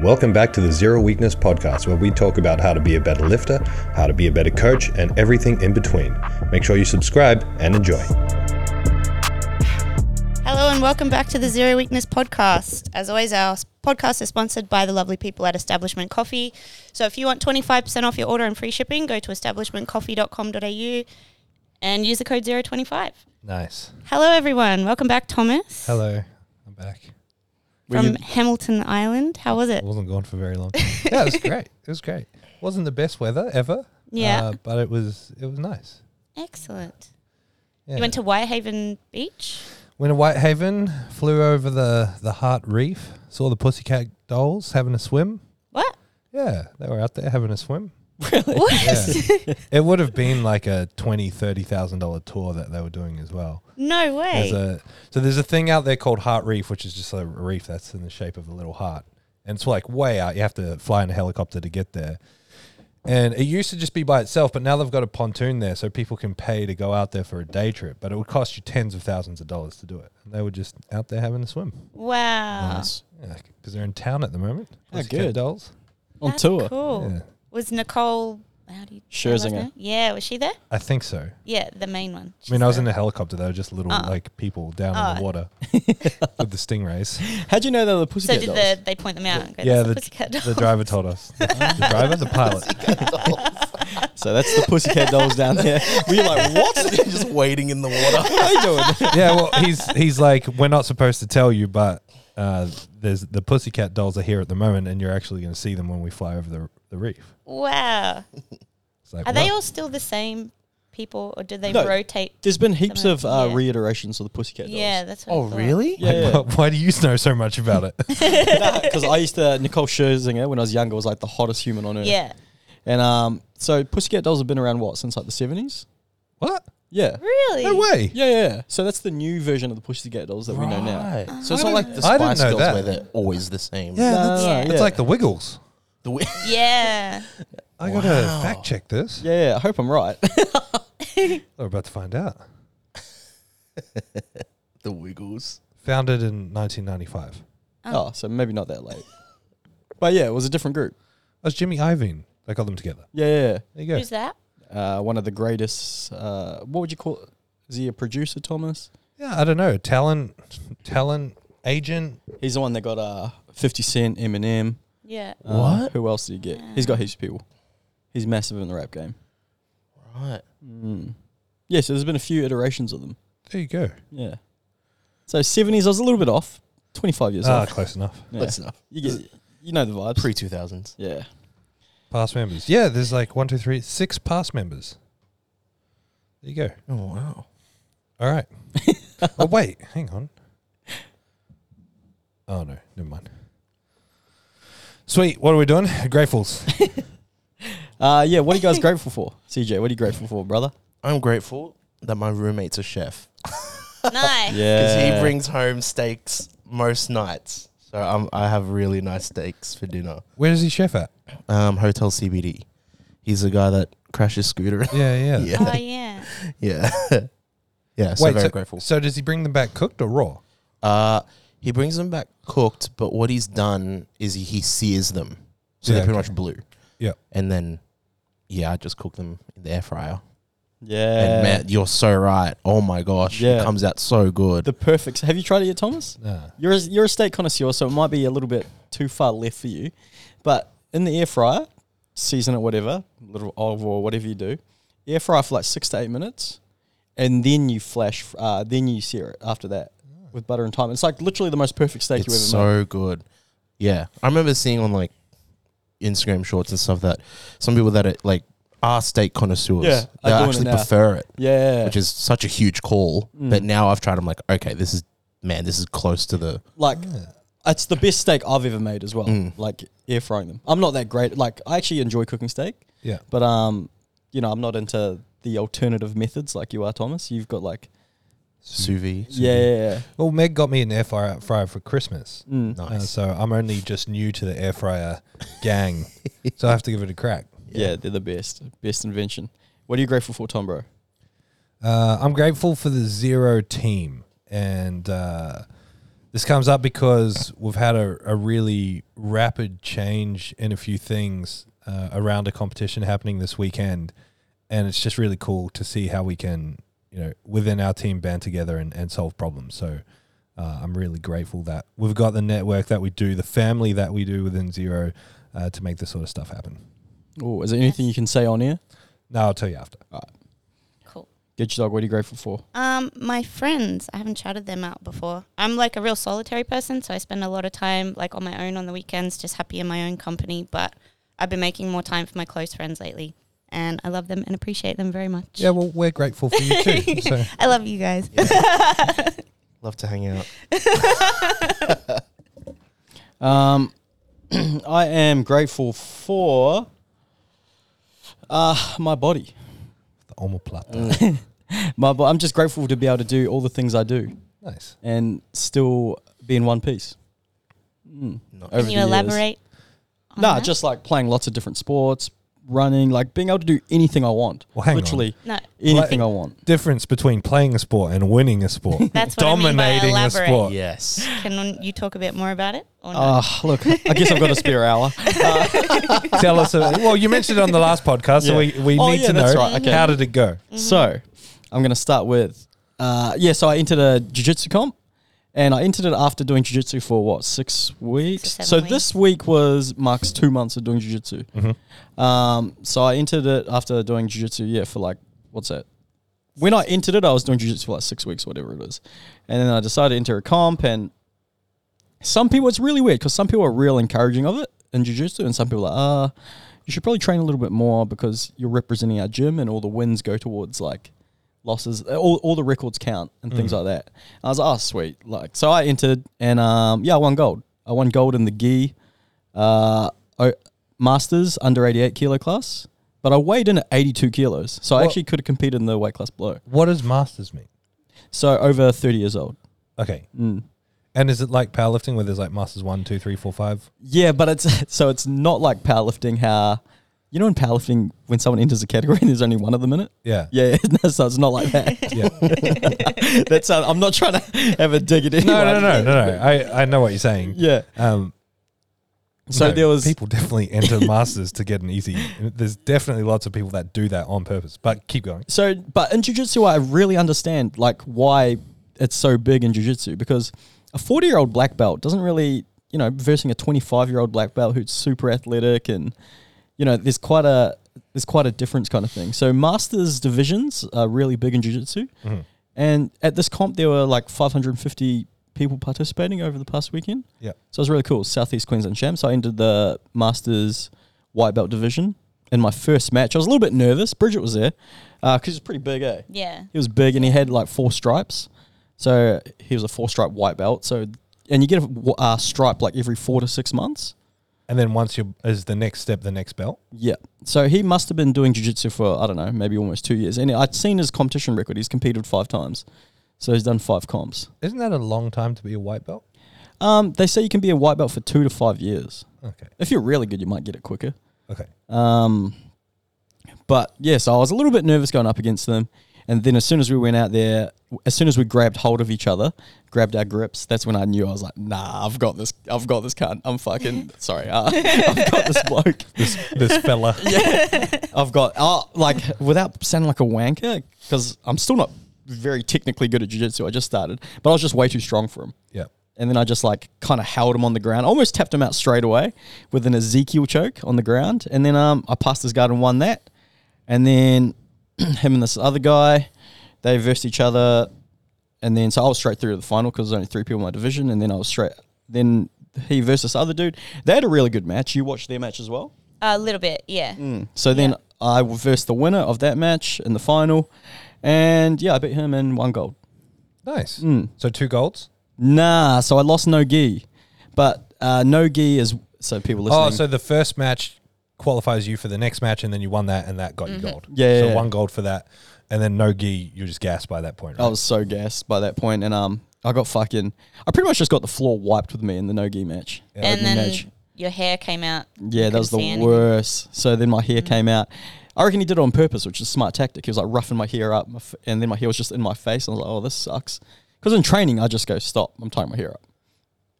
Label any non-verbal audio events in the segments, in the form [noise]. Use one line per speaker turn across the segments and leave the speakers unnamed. Welcome back to the Zero Weakness Podcast, where we talk about how to be a better lifter, how to be a better coach, and everything in between. Make sure you subscribe and enjoy.
Hello and welcome back to the Zero Weakness podcast. As always, our s- podcast is sponsored by the lovely people at Establishment Coffee. So if you want 25% off your order and free shipping, go to establishmentcoffee.com.au and use the code 025.
Nice.
Hello, everyone. Welcome back, Thomas
Hello. I'm back.
from Hamilton Island. How was
I
it?
wasn't gone for very long. yeah, it was great. It was great. Wasn't the best weather ever.
Yeah.
uh, but it was it was nice.
Excellent.
Yeah.
You went to Whitehaven Beach?
Went to Whitehaven, flew over the the Hart Reef, saw the Pussycat Dolls having a swim. [laughs]
What?
Yeah, they were out there having
[laughs]
a swim.
What?
Yeah. it would have been like a twenty thirty thousand dollar tour that they were doing as well.
No way.
There's a so there's a thing out there called Heart Reef, which is just a reef that's in the shape of a little heart, and it's like way out. You have to fly in a helicopter to get there. And it used to just be by itself, but now they've got a pontoon there, so people can pay to go out there for a day trip. But it would cost you tens of thousands of dollars to do it. And they were just out there having a swim
wow.
Nice.
because they're in town at the moment.
Ah,
Pussycat
good.
Dolls.
On
That's
tour.
Cool.
Yeah.
Was Nicole. How do you her last
Scherzinger.
name? Yeah, was she there?
I think so.
Yeah, the main one.
I mean, I was
in
in a helicopter. They were just little
Oh.
like people down in the
Oh.
water with the stingrays.
How'd you know they were the
So
Pussycat
did
Dolls?
the, they point them out? And go,
yeah,
"That's
the,
Pussycat
the
Dolls."
driver told us. the driver, the pilot.
so that's the Pussycat Dolls
[laughs]
down there.
Were you like, what? [laughs] just wading in the water.
How you
[laughs]
doing?
yeah, well, he's he's like, we're not supposed to tell you, but uh, there's the pussycat dolls are here at the moment, and you're actually going to see them when we fly over the, the reef.
[laughs] Wow.
It's like,
Are they
wow.
all still the same people, or do they
No.
rotate?
There's been heaps
Something,
of uh,
yeah.
reiterations of the Pussycat Dolls. [laughs]
Yeah, that's
Oh,
what I thought.
Yeah, yeah.
Why- Why do you know so much about it? [laughs]
Because I used to Nicole Scherzinger when I was younger was like the hottest human on earth.
Yeah.
And um, so Pussycat Dolls have been around what since like the seventies.
what?
Yeah.
Really?
No way.
Yeah, yeah. So that's the new version of the Pussycat Dolls that we know now.
Right. So it's
I
not like
didn't-
the
I didn't
Spice
know
Girls
that.
where they're always the same.
Yeah, that's,
Yeah.
that's like the Wiggles.
The wi- [laughs]
Yeah.
I gotta fact check this.
Yeah, yeah. I hope I'm right.
We're about to find out.
the Wiggles.
Founded in 1995.
[laughs] oh, so maybe not that late. But yeah, it was a different group.
That's Jimmy Iovine. They got them together.
Yeah, yeah. yeah.
There you go.
Who's that?
uh, one of the greatest. Uh, what would you call? Is he a producer, Thomas?
Yeah, I don't know. Talent, talent agent.
He's the one that got uh, Fifty Cent, Eminem.
[laughs]
Yeah.
Uh,
What?
Who else did he get? He's got heaps of people. He's massive in the rap game.
Right. Mm.
Yeah, so there's been a few iterations of them.
There you go.
Yeah. So seventies, I was a little bit off. Twenty five years
Ah,
off.
close enough.
Yeah.
That's enough.
You get, you know the vibes.
Pre 2000s.
yeah.
Past members. Yeah, there's like one, two, three, six past members. There you go.
Oh, wow.
All
[laughs]
right. oh wait, hang on. Oh no, never mind. Sweet. What are we doing? Gratefuls.
Uh, yeah. What are you guys grateful for, CJ? What are you grateful for, brother?
I'm grateful that my roommate's a chef
Nice.
because
Yeah.
he brings home steaks most nights. So I'm, I have really nice steaks for dinner.
Where is he chef at?
Um, Hotel CBD. He's the guy that crashes scooter. [laughs]
Yeah, yeah.
Oh
[gasps] yeah.
yeah.
Yeah. [laughs] yeah. So
Wait,
very
so,
grateful.
so does he bring them back cooked or raw?
Uh, he brings them back cooked, but what he's done is he, he sears them, so
Yeah,
they're pretty
okay.
much blue.
Yeah.
and then yeah, I just cook them in the air fryer.
Yeah.
and man, you're so right. Oh my gosh,
Yeah.
it comes out so good.
the perfect. Have you tried it yet, Thomas?
Nah.
You're a, you're a steak connoisseur, so it might be a little bit too far left for you. But in the air fryer, season it whatever, little olive oil, whatever you do, air fryer for like six to eight minutes, and then you flash, uh, then you sear it after that with butter and thyme. It's like literally the most perfect steak you
it's
ever made.
so good. Yeah, I remember seeing on like Instagram shorts and stuff that some people that are like are steak connoisseurs.
Yeah,
they
are doing it
actually
now.
prefer it,
Yeah, Mm.
which is such a huge call. But now I've tried. I'm like, okay, this is man, this is close to the
like it's the best steak I've ever made as well. Like air frying them. I'm not that great. Like I actually enjoy cooking steak,
Yeah.
but um, you know, I'm not into the alternative methods like you are, Thomas. You've got like
sous vide.
yeah, yeah, yeah. Mm.
Well, Meg got me an air fryer, uh, fryer for Christmas. Uh,
Nice.
so I'm only just new to the air fryer
[laughs]
gang, so I have to give it a crack.
Yeah, they're the best. Best invention. What are you grateful for, Tom, bro?
Uh, I'm grateful for the zero team and uh, This comes up because we've had a, a really rapid change in a few things uh, around a competition happening this weekend. And it's just really cool to see how we can, you know, within our team band together and, and solve problems. So uh, I'm really grateful that we've got the network that we do, the family that we do within Zero uh, to make this sort of stuff happen.
Oh, is there anything you can say on here?
No, I'll tell you after.
Cool.
Get your dog. What are you grateful for?
Um, my friends, I haven't shouted them out before. I'm like a real solitary person, so I spend a lot of time like on my own on the weekends, just happy in my own company. But I've been making more time for my close friends lately, and I love them and appreciate them very much. [laughs]
Yeah, well, we're grateful for you [laughs] too. So.
I love you guys.
Love to hang out.
Um, [clears throat] I am grateful for uh, my body.
The omoplata.
My, bo- I'm just grateful to be able to do all the things I do
Nice.
and still be in one piece. Mm.
Nice.
Over
Can you
the years.
elaborate? on
Nah,
that?
just like playing lots of different sports, running, like being able to do anything I want.
Well, hang on.
Literally
no.
anything I want.
Difference between playing a sport and winning a
[laughs]
sport.
That's what I mean by
Dominating a
elaborate.
sport.
[laughs] Yes.
Can you talk a bit more about it? Or no?
Uh, look, I guess I've got a spare [laughs] hour. Uh,
Tell us. uh, well, you mentioned it on the
[laughs]
last podcast, so we,
Yeah.
we
Oh,
need
yeah,
to know
that's right, okay.
how did it go?
Mm-hmm. So I'm going to start with, uh, yeah, so I entered a jiu-jitsu comp and I entered it after doing jiu-jitsu for what, six weeks?
seven
so this week was Mark's two months of doing jiu-jitsu. Um, so I entered it after doing jiu-jitsu, yeah, for like, what's that? When I entered it, I was doing jiu-jitsu for like six weeks, whatever it was. And then I decided to enter a comp and some people, it's really weird because some people are real encouraging of it in jiu-jitsu and some people are like, ah, you should probably train a little bit more because you're representing our gym and all the wins go towards like losses all, all the records count and things like that i was like oh sweet like so i entered and um yeah i won gold i won gold in the gi uh o- masters under 88 kilo class but i weighed in at 82 kilos so i
What-
actually could have competed in the weight class below
What does masters mean?
so over 30 years old
Okay.
Mm.
And is it like powerlifting where there's like masters one, two, three, four, five?
Yeah, but it's [laughs] so it's not like powerlifting. How you know in powerlifting when someone enters a category and there's only one of them in it.
Yeah.
[laughs] Yeah, no, so it's not like that.
Yeah.
That's how, I'm not trying to [laughs] have a dig at anyone.
No, no, no, no, no. I, I know what you're saying.
Yeah.
Um,
So
no,
there was
people definitely enter
[laughs]
masters to get an easy. There's definitely lots of people that do that on purpose. But keep going.
So, but in jujitsu, I really understand like why it's so big in jujitsu because a forty-year-old black belt doesn't really, you know, versing a twenty-five-year-old black belt who's super athletic and, you know, there's quite a there's quite a difference kind of thing. So, masters divisions are really big in jujitsu, and at this comp there were like five hundred and fifty people participating over the past weekend.
Yeah.
So it was really cool. Southeast Queensland champs. I entered the Masters white belt division in my first match. I was a little bit nervous. Bridget was there because he's pretty big, eh?
yeah.
He was big and he had like four stripes. So he was a four stripe white belt. So and you get a w- uh, stripe like every four to six months.
And then once you is the next step, the next belt.
Yeah. So he must have been doing jiu-jitsu for I don't know, maybe almost two years. And I'd seen his competition record. He's competed five times. So he's done five comps.
Isn't that a long time to be a white belt?
Um, they say you can be a white belt for two to five years.
Okay.
If you're really good, you might get it quicker.
Okay.
Um, but yeah, so I was a little bit nervous going up against them. And then as soon as we went out there, as soon as we grabbed hold of each other, grabbed our grips, that's when I knew I was like, nah, I've got this. I've got this cunt. I'm fucking sorry. Uh, [laughs] I've got this bloke.
This this
[laughs]
fella.
I've got oh, like without sounding like a wanker because I'm still not very technically good at jiu-jitsu. I just started, but I was just way too strong for him.
Yeah.
And then I just like kind of held him on the ground. I almost tapped him out straight away with an Ezekiel choke on the ground. And then um, I passed his guard and won that. And then [clears throat] him and this other guy, they versed each other. And then so I was straight through to the final because there's only three people in my division. And then I was straight. Then he versus this other dude. They had a really good match. You watched their match as well.
A little bit. Yeah.
So then I versed the winner of that match in the final. And yeah, I beat him in one gold.
Nice.
Mm.
So two golds.
Nah, so I lost no gi. But uh, no gi is so people listening.
Oh, so the first match qualifies you for the next match, and then you won that, and that got you gold.
Mm-hmm. Yeah,
So
yeah,
one
yeah.
gold for that, and then no gi. You're just gassed by that point. Right?
I was so gassed by that point, and um, I got fucking. I pretty much just got the floor wiped with me in the no gi match.
and
Like,
then
match.
your hair came out.
yeah, that was
couldn't Mm. see
the
anything.
worst. So then my hair came out. I reckon he did it on purpose, which is a smart tactic. He was like roughing my hair up, my f- and then my hair was just in my face. And I was like, oh, this sucks. Because in training, I just go stop. I'm tying my hair up.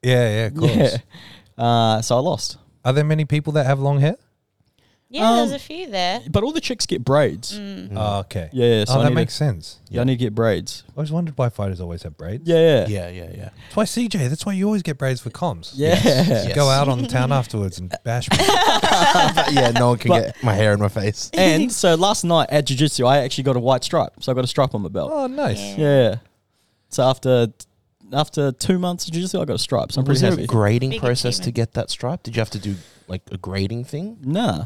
Yeah, yeah, of course.
Yeah. Uh, so I lost.
Are there many people that have long hair?
Yeah, there's
Um,
a few there.
But all the chicks get braids.
Mm.
Oh, okay.
Mm-hmm. Yeah, yeah, so
oh,
I
that
need
makes sense.
You only get braids.
I always wondered why fighters always have braids.
Yeah, yeah.
Yeah, yeah, yeah.
That's why CJ. That's why you always get braids for comms.
Yeah.
Yes.
Go out on the town afterwards and bash
[laughs]
people.
yeah, no one can
But-
get my hair in my [laughs] face.
And so last night at Jiu Jitsu, I actually got a white stripe. So I got a stripe on my belt.
Oh, nice.
Yeah.
Yeah. So after after two months of Jiu Jitsu, I got a stripe. So I'm
Was
pretty
there
happy.
a grading
Big
process to
achievement.
get that stripe? Did you have to do like a grading thing?
nah.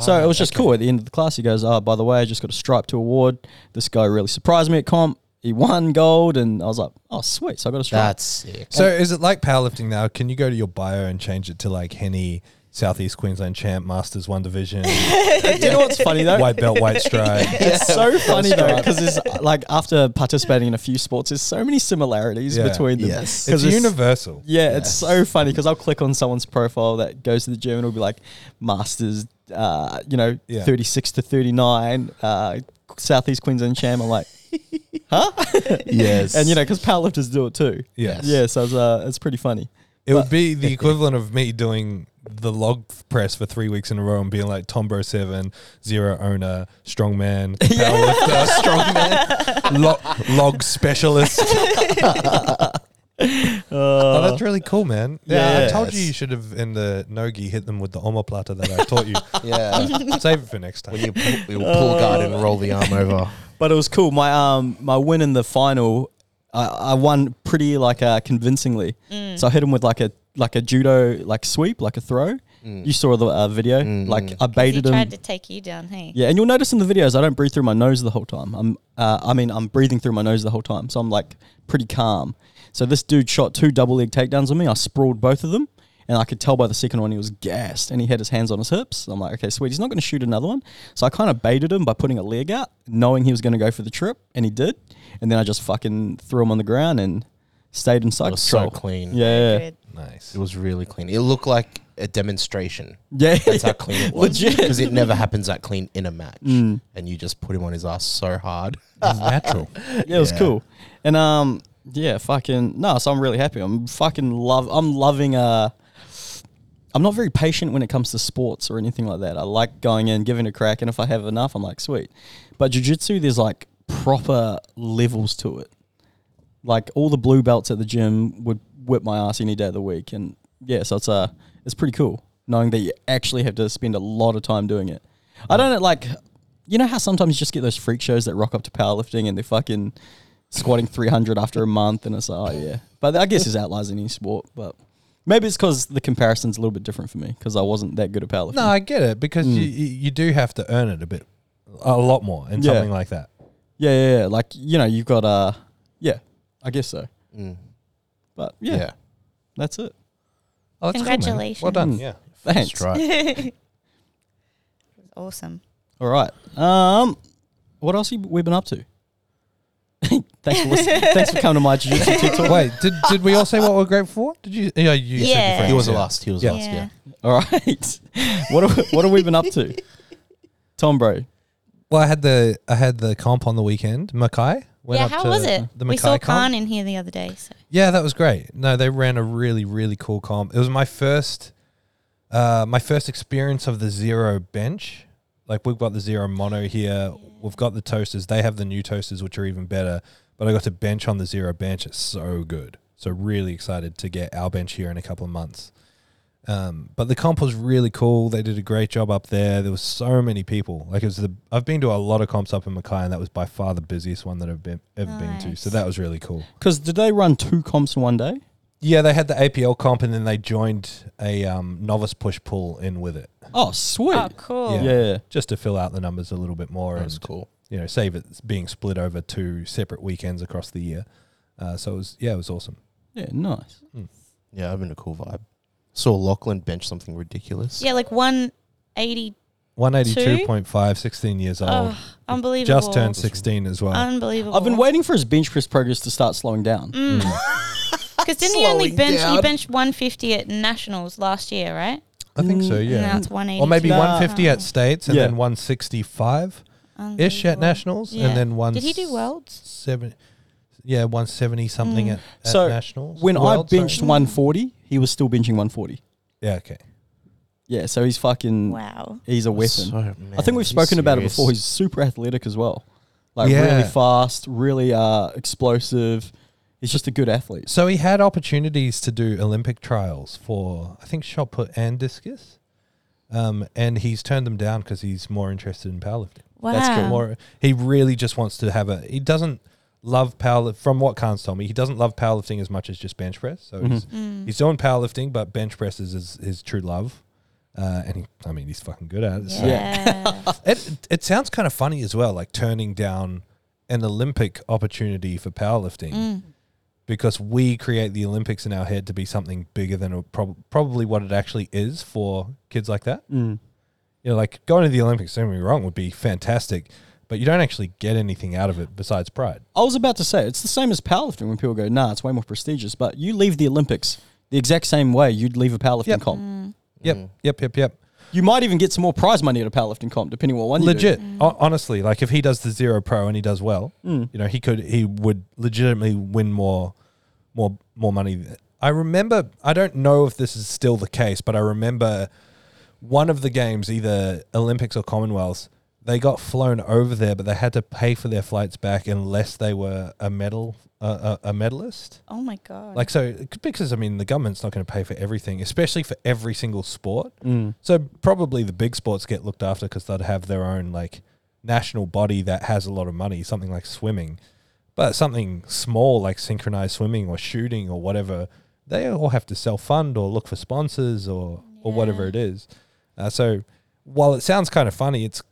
So it was just cool. At the end of the class, he goes, "Oh, by the way, I just got a stripe to award. This guy really surprised me at comp. He won gold, and I was like, oh sweet. So I got a stripe.
That's sick.
So is it like powerlifting now? Can you go to your bio and change it to like Henny Southeast Queensland Champ Masters One Division
[laughs] you know what's funny though?
White Belt White Stripe?
It's so funny though because it's like after participating in a few sports, there's so many similarities
Yeah.
between them.
Yes.
'Cause
It's universal.
Yeah, it's so funny because I'll click on someone's profile that goes to the gym and it'll be like masters, uh, you know,
Yeah.
36 to 39, uh, Southeast Queensland champ.
[laughs]
I'm like,
[laughs] Yes.
and you know, because powerlifters do it too.
Yes.
Yeah, so it's, uh, it's pretty funny.
It would be the equivalent of me doing the log press for three weeks in a row and being like Tombo Seven, Zero Owner,
[laughs]
Strongman, Powerlifter, Strongman, lo- Log
[laughs]
Specialist. oh, that's really cool, man. Yeah, I told you
Yes.
you should have in the nogi hit them with the omoplata that I taught you.
[laughs]
[laughs]
yeah.
Save it for next time.
when you pull, you pull guard and roll the arm [laughs] over.
But it was cool. My um my win in the final, I, I won pretty like uh, convincingly.
Mm.
So I hit him with like a like a judo like sweep, like a throw.
Mm.
You saw the uh, video. Like I
He
baited him.
tried to take you down, hey?
Yeah, and you'll notice in the videos I don't breathe through my nose the whole time. I'm, uh, I mean, I'm breathing through my nose the whole time, so I'm like pretty calm. So this dude shot two double leg takedowns on me. I sprawled both of them, and I could tell by the second one he was gassed, and he had his hands on his hips. I'm like, okay, sweet, he's not going to shoot another one. So I kind of baited him by putting a leg out, knowing he was going to go for the trip, and he did. And then I just fucking threw him on the ground and stayed inside
It was so
control.
clean.
Yeah, yeah,
Good.
nice.
It was really clean. It looked like a demonstration.
yeah.
That's how clean
[laughs]
it was.
Legit. Mm.
Because it never happens that clean in a match. And you just put him on his ass so hard.
natural.
yeah, [laughs] it was cool. And um, yeah, fucking no. So I'm really happy. I'm fucking love. I'm loving. Uh, I'm not very patient when it comes to sports or anything like that. I like going in, giving it a crack, and if I have enough, I'm like sweet. But jujitsu, there's like proper levels to it. Like all the blue belts at the gym would whip my ass any day of the week, and yeah, so it's uh, it's pretty cool knowing that you actually have to spend a lot of time doing it. I don't like, you know how sometimes you just get those freak shows that rock up to powerlifting and they're fucking squatting 300 after a month, and it's like, oh yeah. But I guess it's outlies in any sport, but maybe it's because the comparison's a little bit different for me because I wasn't that good at powerlifting.
No, I get it because
Mm.
you you you do have to earn it a bit, a lot more in
Yeah.
something like that.
Yeah, yeah, yeah. Like you know, you've got uh, yeah, I guess so.
[laughs] Mm.
But yeah, that's it.
Oh, that's cool, man.
Congratulations.
well done. Yeah.
Thanks.
That's [laughs] right.
Awesome.
All right. Um, what else have we been up to? [laughs] thanks
[laughs]
for listening. thanks for coming to my jiu-jitsu tutorial.
Wait, did, did we all say what we're grateful for? Did you? Yeah, you. said your
Yeah.
friends,
He was
yeah.
last. He was
Yeah.
last. Yeah.
All right. [laughs] What have, what have we been up to? Tom bro.
Well, I had the I had the comp on the weekend. Mackay. Went
yeah,
up
how
to
was it?
The
we
Mackay
saw
comp.
Khan in here the other day. So.
Yeah, that was great. No, they ran a really really cool comp. It was my first, uh, my first experience of the zero bench. Like we've got the zero mono here. We've got the toasters. They have the new toasters, which are even better. But I got to bench on the zero bench. It's so good. So really excited to get our bench here in a couple of months. Um, but the comp was really cool. They did a great job up there. There was so many people. Like it was the I've been to a lot of comps up in Mackay, and that was by far the busiest one that I've been ever been to. So
Nice.
that was really cool.
Because did they run two comps in one day?
Yeah, they had the APL comp, and then they joined a um, novice push pull in with it,
Oh, sweet.
Oh, cool.
Yeah.
yeah. yeah.
just to fill out the numbers a little bit more.
That was
and,
cool.
You know, save it being split over two separate weekends across the year. Uh, so it was, yeah, it was awesome.
Yeah, nice.
Yeah, I've been a cool vibe. Saw Lachlan bench something ridiculous.
Yeah, like 180.
One eighty two point five, sixteen years old,
Oh, unbelievable.
just turned sixteen as well.
Unbelievable.
I've been waiting for his bench press progress to start slowing down.
Mm. Because didn't you only
Slowing
bench?
down.
You benched 150 at nationals last year, right?
I think so,
And
yeah.
Um, now it's 180.
or maybe
Nah.
one fifty at states, and
Yeah.
then one sixty five ish
Unbelievable.
at nationals,
Yeah.
and then one.
Did he do worlds? Mm.
Seven. yeah, 170 something at, at
So,
nationals.
When
Worlds,
I
sorry.
benched 140, he was still benching 140.
yeah, okay.
Yeah, so he's fucking.
Wow.
He's a weapon.
So, man,
I think
are you
we've spoken about it
serious?
before. He's super athletic as well. Like
Yeah.
really fast, really uh, explosive. He's just a good athlete.
So he had opportunities to do Olympic trials for, I think, shot put and discus. Um, and he's turned them down because he's more interested in powerlifting.
Wow.
That's cool.
More, he really just wants to have a. He doesn't love powerlifting. From what Khan's told me, he doesn't love powerlifting as much as just bench press. So he's,
Mm.
he's doing powerlifting, but bench press is his, his true love. Uh, and he, I mean, he's fucking good at it. So
Yeah.
it, it sounds kind of funny as well, like turning down an Olympic opportunity for powerlifting because we create the Olympics in our head to be something bigger than it prob- probably what it actually is for kids like that. You know, like going to the Olympics, don't get me wrong, would be fantastic, but you don't actually get anything out of it besides pride.
I was about to say it's the same as powerlifting when people go, "Nah, it's way more prestigious." But you leave the Olympics the exact same way you'd leave a powerlifting
Yep.
comp.
Yep, yep, yep, yep.
You might even get some more prize money at a powerlifting comp, depending what one. you do.
Legit, ho- honestly, like if he does the zero pro and he does well, you know, he could, he would legitimately win more, more, more money. I remember, I don't know if this is still the case, but I remember one of the games, either Olympics or Commonwealths, they got flown over there, but they had to pay for their flights back unless they were a medal, uh, a, a medalist.
oh my god.
Like so, because I mean, the government's not going to pay for everything, especially for every single sport.
Mm.
So probably the big sports get looked after because they'd have their own like national body that has a lot of money, something like swimming. But something small like synchronized swimming or shooting or whatever, they all have to self fund or look for sponsors or or whatever it is. Uh, so while it sounds kind of funny, it's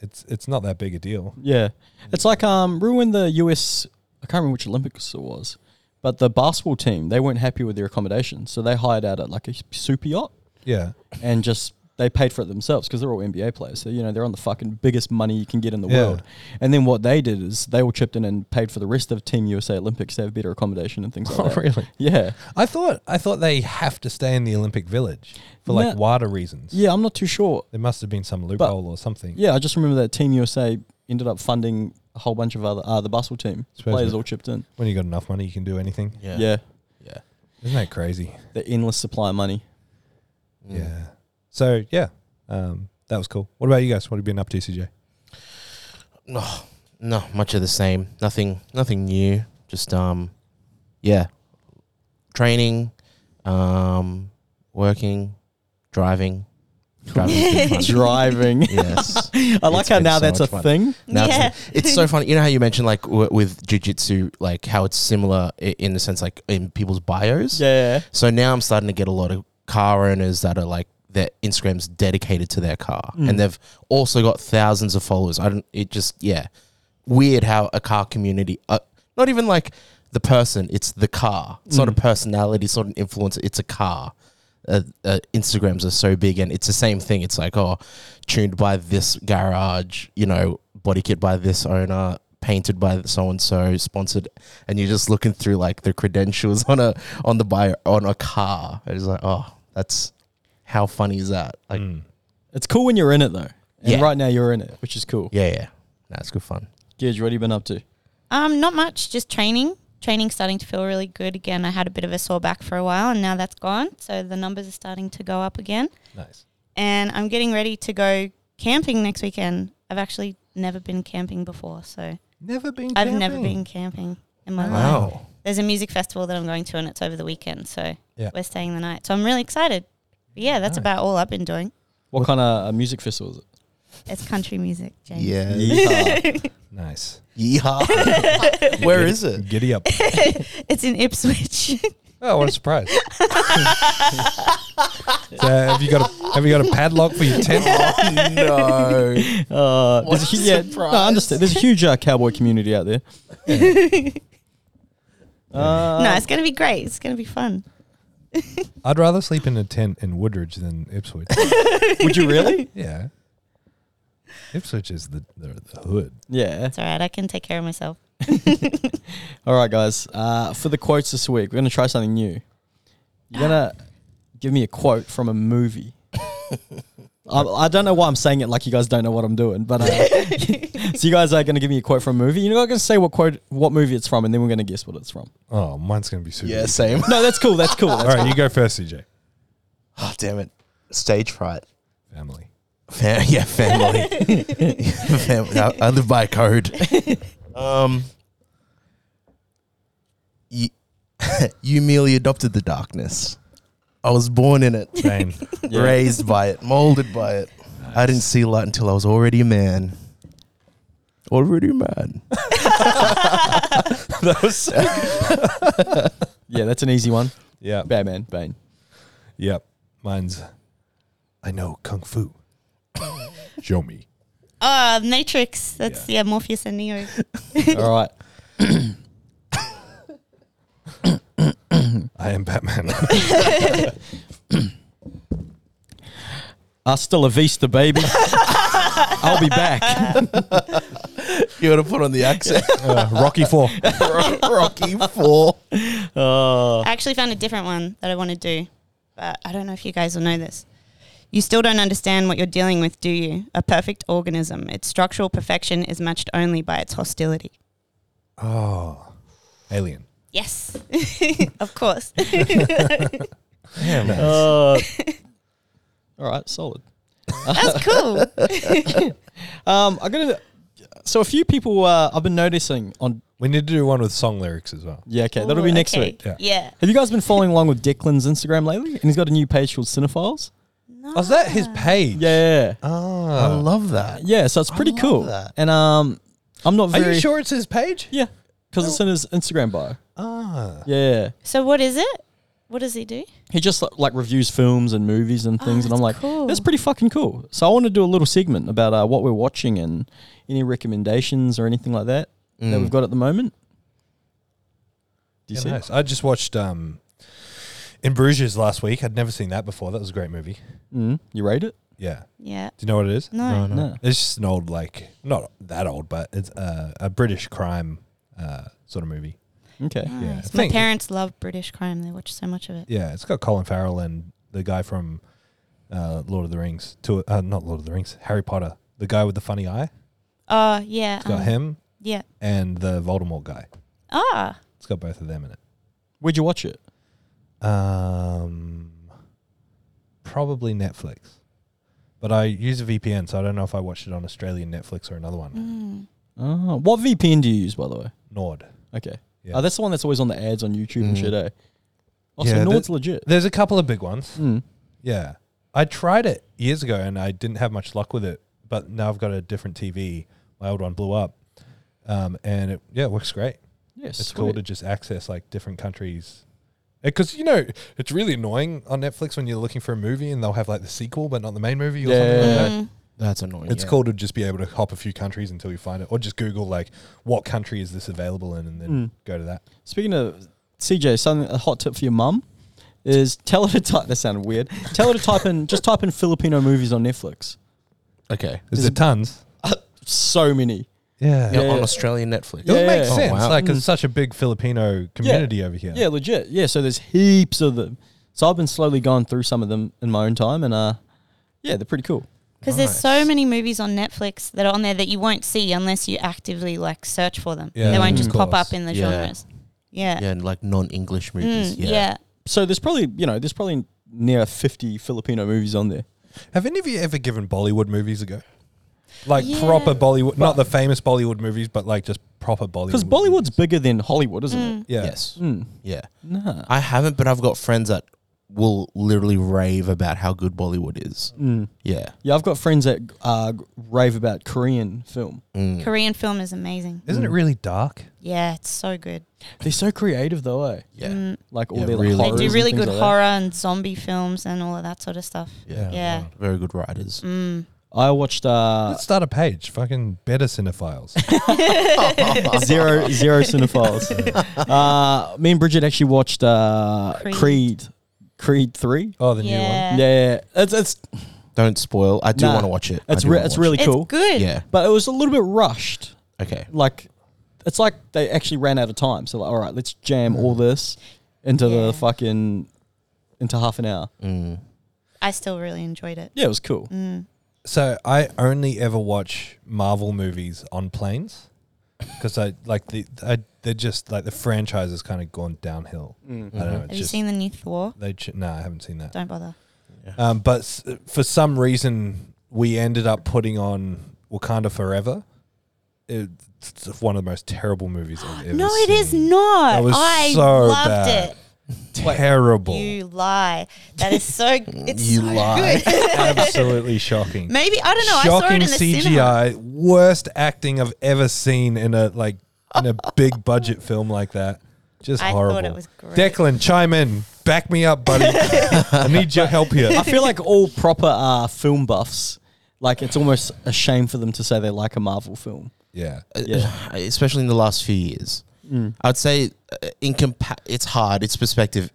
it's it's not that big a deal.
Yeah, it's like um, ruin the US. I can't remember which Olympics it was, but the basketball team they weren't happy with their accommodation, so they hired out at like a super yacht
Yeah,
and just they paid for it themselves because they're all NBA players. So you know they're on the fucking biggest money you can get in the
Yeah.
world. And then what they did is they all chipped in and paid for the rest of Team USA Olympics to have better accommodation and things like
Oh,
[laughs]
that.
really?
Yeah.
I thought I thought they have to stay in the Olympic Village for like
No.
WADA reasons.
Yeah, I'm not too sure.
There must have been some loophole or something.
Yeah, I just remember that Team USA ended up funding a whole bunch of other uh, the basketball team
Suppose
players
it-
all chipped in.
When you got enough money, you can do anything.
Yeah.
yeah,
Yeah.
Isn't that crazy?
the endless supply of
[laughs]
money.
Yeah. So yeah, um, that was cool. What about you guys? What have you been up to, CJ?
No, no, much of the same. Nothing, nothing new. Just um, yeah, training, um, working, driving,
[laughs]
driving.
driving.
yes.
[laughs] I like
It's
how
been
now
so
that's a
much fun.
thing.
Now it's-
Yeah.
it's, so funny. You know how you mentioned like w- with jujitsu, like how it's similar i- in the sense like in people's bios.
Yeah.
So now I'm starting to get a lot of car owners that are like their Instagram's dedicated to their car, and they've also got thousands of followers. I don't. It just yeah, weird how a car community. Uh, not even like the person. It's the car. It's not a personality. It's not an influencer. It's a car. Uh, uh, Instagrams are so big, and it's the same thing. It's like oh, tuned by this garage, you know, body kit by this owner, painted by so and so, sponsored, and you're just looking through like the credentials [laughs] on a on the buyer on a car. It's like, oh, that's how funny is that? Like,
It's cool when you're in it though. And
Yeah.
right now you're in it, which is cool.
yeah, yeah, that's good fun.
Gidge, what have you been up to?
Um, not much, just training. Training's starting to feel really good again. I had a bit of a sore back for a while and now that's gone. So the numbers are starting to go up again.
Nice.
And I'm getting ready to go camping next weekend. I've actually never been camping before, so
Never been.
I've never been camping in my life.
Wow,
There's a music festival that I'm going to and it's over the weekend, so
Yeah.
we're staying the night. So I'm really excited. But yeah, that's
Nice.
about all I've been doing.
What kind of uh, music festival is it?
It's country music, James.
yeah,
Yeehaw.
Nice.
yeehaw. Where is it?
Giddy up!
It's in Ipswich.
[laughs]
[laughs]
Oh, what a surprise! [laughs] so have you got a have you got a padlock for your tent? [laughs]
no,
Uh, there's a,
a
hu- yeah, no, I
surprise.
understand. There's a huge uh, cowboy community out there. Uh,
no, it's going to be great. It's going to be fun.
I'd rather sleep in a tent in Woodridge than [laughs] Ipswich.
Would you really?
yeah. Ipswich is the, the, the hood.
Yeah.
It's all right. I can take care of myself.
All right, guys. Uh, for the quotes this week, we're gonna try something new. You're gonna give me a quote from a movie. I, I don't know why I'm saying it like you guys don't know what I'm doing, but uh, [laughs] so you guys are going to give me a quote from a movie. You're not going to say what quote, what movie it's from, and then we're going to guess what it's from.
Oh, mine's gonna be super.
[laughs] Yeah, same. [laughs]
No, that's cool. That's cool. That's
All right, you go first, CJ.
oh, damn it. Stage fright.
[laughs] Family.
Fam- [laughs] yeah, family. family. I, I live by code. Um, you, [laughs] you merely adopted the darkness. I was born in it,
Same.
raised by it, molded by it. I didn't see light until I was already a man. Already a man.
[laughs]
[laughs]
that was.
[laughs] yeah, that's an easy one.
Yeah.
Batman, Bane.
Yep. Mine's. I know kung fu. [coughs] Show me.
Oh, Matrix. That's yeah, Morpheus and Neo.
All right.
I am Batman. [laughs]
Hasta la Ah, vista, baby. I'll be back.
You gotta put on the accent.
uh, Rocky Four.
Rocky Four.
Uh.
I actually found a different one that I want to do, but I don't know if you guys will know this. You still don't understand what you're dealing with, do you? A perfect organism. Its structural perfection is matched only by its hostility.
Oh, Alien.
Yes, [laughs] of
[laughs]
course.
Uh, [laughs] all right, solid.
That's cool.
Um, I'm gonna. So a few people uh, I've been noticing on.
We need to do one with song lyrics as well.
Yeah, okay, that'll be next
Okay.
week.
Yeah.
Yeah.
Have you guys been following along with Declan's Instagram lately? And he's got a new page called Cinephiles.
Oh, is that his page?
Yeah,
I
Ah.
love that.
yeah. So it's pretty
love
cool.
that.
And um, I'm not very
Are you sure it's his page?
Yeah, because it's in his Instagram bio.
Ah.
Yeah,
So what is it? What does he do?
he just like, like reviews films and movies and things, and
Oh, that's
I'm like,
cool.
that's pretty fucking cool. So I want to do a little segment about uh, what we're watching and any recommendations or anything like that that we've got at the moment. Do you
Mm. Yeah, nice.
see?
I just watched um, In Bruges last week. I'd never seen that before. That was a great movie.
Mm, you rate it?
Yeah.
Yeah.
Do you know what it is?
Mm.
No.
No.
It's just an old, like, not that old, but it's uh, a British crime uh, sort of movie.
Okay.
Nice.
Yeah.
My
I think-
parents love British crime. They watch so much of it.
Yeah, it's got Colin Farrell and the guy from uh, Lord of the Rings. To uh, not Lord of the Rings, Harry Potter. The guy with the funny eye.
Oh, yeah.
It's got
um,
him
Yeah.
and the Voldemort guy.
Ah.
It's got both of them in it.
Where'd you watch it?
Um, probably Netflix, but I use a VPN, so I don't know if I watched it on Australian Netflix or another one.
Mm.
Oh, what VPN do you use, by the way?
Nord.
Okay.
Yeah.
Oh, that's the one that's always on the ads on YouTube and
Mm.
shit, eh? Oh,
Yeah,
so
that-
Nord's legit.
There's a couple of big ones.
Mm.
Yeah, I tried it years ago and I didn't have much luck with it, but now I've got a different TV. My old one blew up, um, and it, yeah, it works great.
Yeah,
It's cool to just access like different countries. Because you know it's really annoying on Netflix when you're looking for a movie and they'll have like the sequel but not the main movie or something like
Yeah.
that.
Mm.
That's annoying.
It's
yeah.
cool to just be able to hop a few countries until you find it, or just Google like what country is this available in, and then go to that.
Speaking of CJ, something a hot tip for your mum is tell her to type. That sounded weird. Tell her to type in just type in Filipino movies on Netflix.
Okay.
Is there tons?
So many.
Yeah,
Yeah,
Yeah.
on Australian Netflix.
it would make
Yeah. Oh,
sense.
wow.
Like, it's such a big Filipino community over here.
Yeah. legit. Yeah, so there's heaps of them. So I've been slowly going through some of them in my own time, and uh, yeah, they're pretty cool.
Because there's so many movies on Netflix that are on there that you won't see unless you actively like search for them.
Yeah,
they won't
of
just pop
course.
up in the
Yeah.
genres. Yeah.
Yeah, and like non-English movies.
Mm,
yeah.
yeah.
So there's probably you know there's probably near 50 Filipino movies on there.
Have any of you ever given Bollywood movies a go? Like
Yeah.
proper Bollywood, not the famous Bollywood movies, but like just proper Bollywood.
Because Bollywood's
movies.
bigger than Hollywood, isn't it?
yeah,
Yes.
Mm.
Yeah.
Nah.
I haven't, but I've got friends that will literally rave about how good Bollywood is.
Mm.
Yeah.
Yeah, I've got friends that uh, rave about Korean film.
Mm.
Korean film is amazing.
isn't it really dark?
Yeah, it's so good.
They're so creative though, eh?
Yeah.
Mm.
Like all
Yeah,
their
really.
like,
They
horrors
do
and
really
things
good
like that.
horror and zombie films and all of that sort of stuff.
Yeah.
Yeah.
wow.
Very good writers.
Mm.
I watched uh, [laughs]
Let's start a page. Fucking better cinephiles.
[laughs]
zero zero [laughs] cinephiles. uh, me and Bridget actually watched uh,
Creed.
Creed. Creed, three.
oh, the new one.
yeah.
Yeah, yeah, it's it's
Don't spoil. I do
Nah.
want to watch it. I
it's,
do
re-
wanna
it's
watch
really
it.
cool,
It's good.
Yeah.
but it was a little bit rushed.
Okay.
Like, it's like they actually ran out of time. So like, all right, let's Mm. jam all this into
Yeah.
the fucking into half an hour.
Mm.
I still really enjoyed it.
Yeah, it was cool.
Mm.
So I only ever watch Marvel movies on planes because I like the I, they're just like the franchise has kind of gone downhill. I don't know. It's
Have you
just,
seen the new Thor?
They ch- no, I haven't seen that.
Don't bother.
Um, but s- for some reason, we ended up putting on Wakanda Forever. It's one of the most terrible movies I've ever
No,
seen.
it is not.
That was
I
so
loved
bad.
it.
terrible.
You lie. That is so.
[laughs]
It's
You
so
lie.
good. [laughs]
Absolutely shocking.
Maybe I don't know. I saw it
Shocking
in the cinema.
CGI. Worst acting I've ever seen in a like in a big budget film like that. Just
I thought
horrible.
it was great.
Declan, chime in. Back me up, buddy. I need your help here.
[laughs]
I feel like all proper uh, film buffs, like it's almost a shame for them to say they like a Marvel film.
Yeah.
[laughs] Yeah.
[sighs]
Mm.
especially in the last few years. I'd say uh, in compa- it's hard, it's perspective.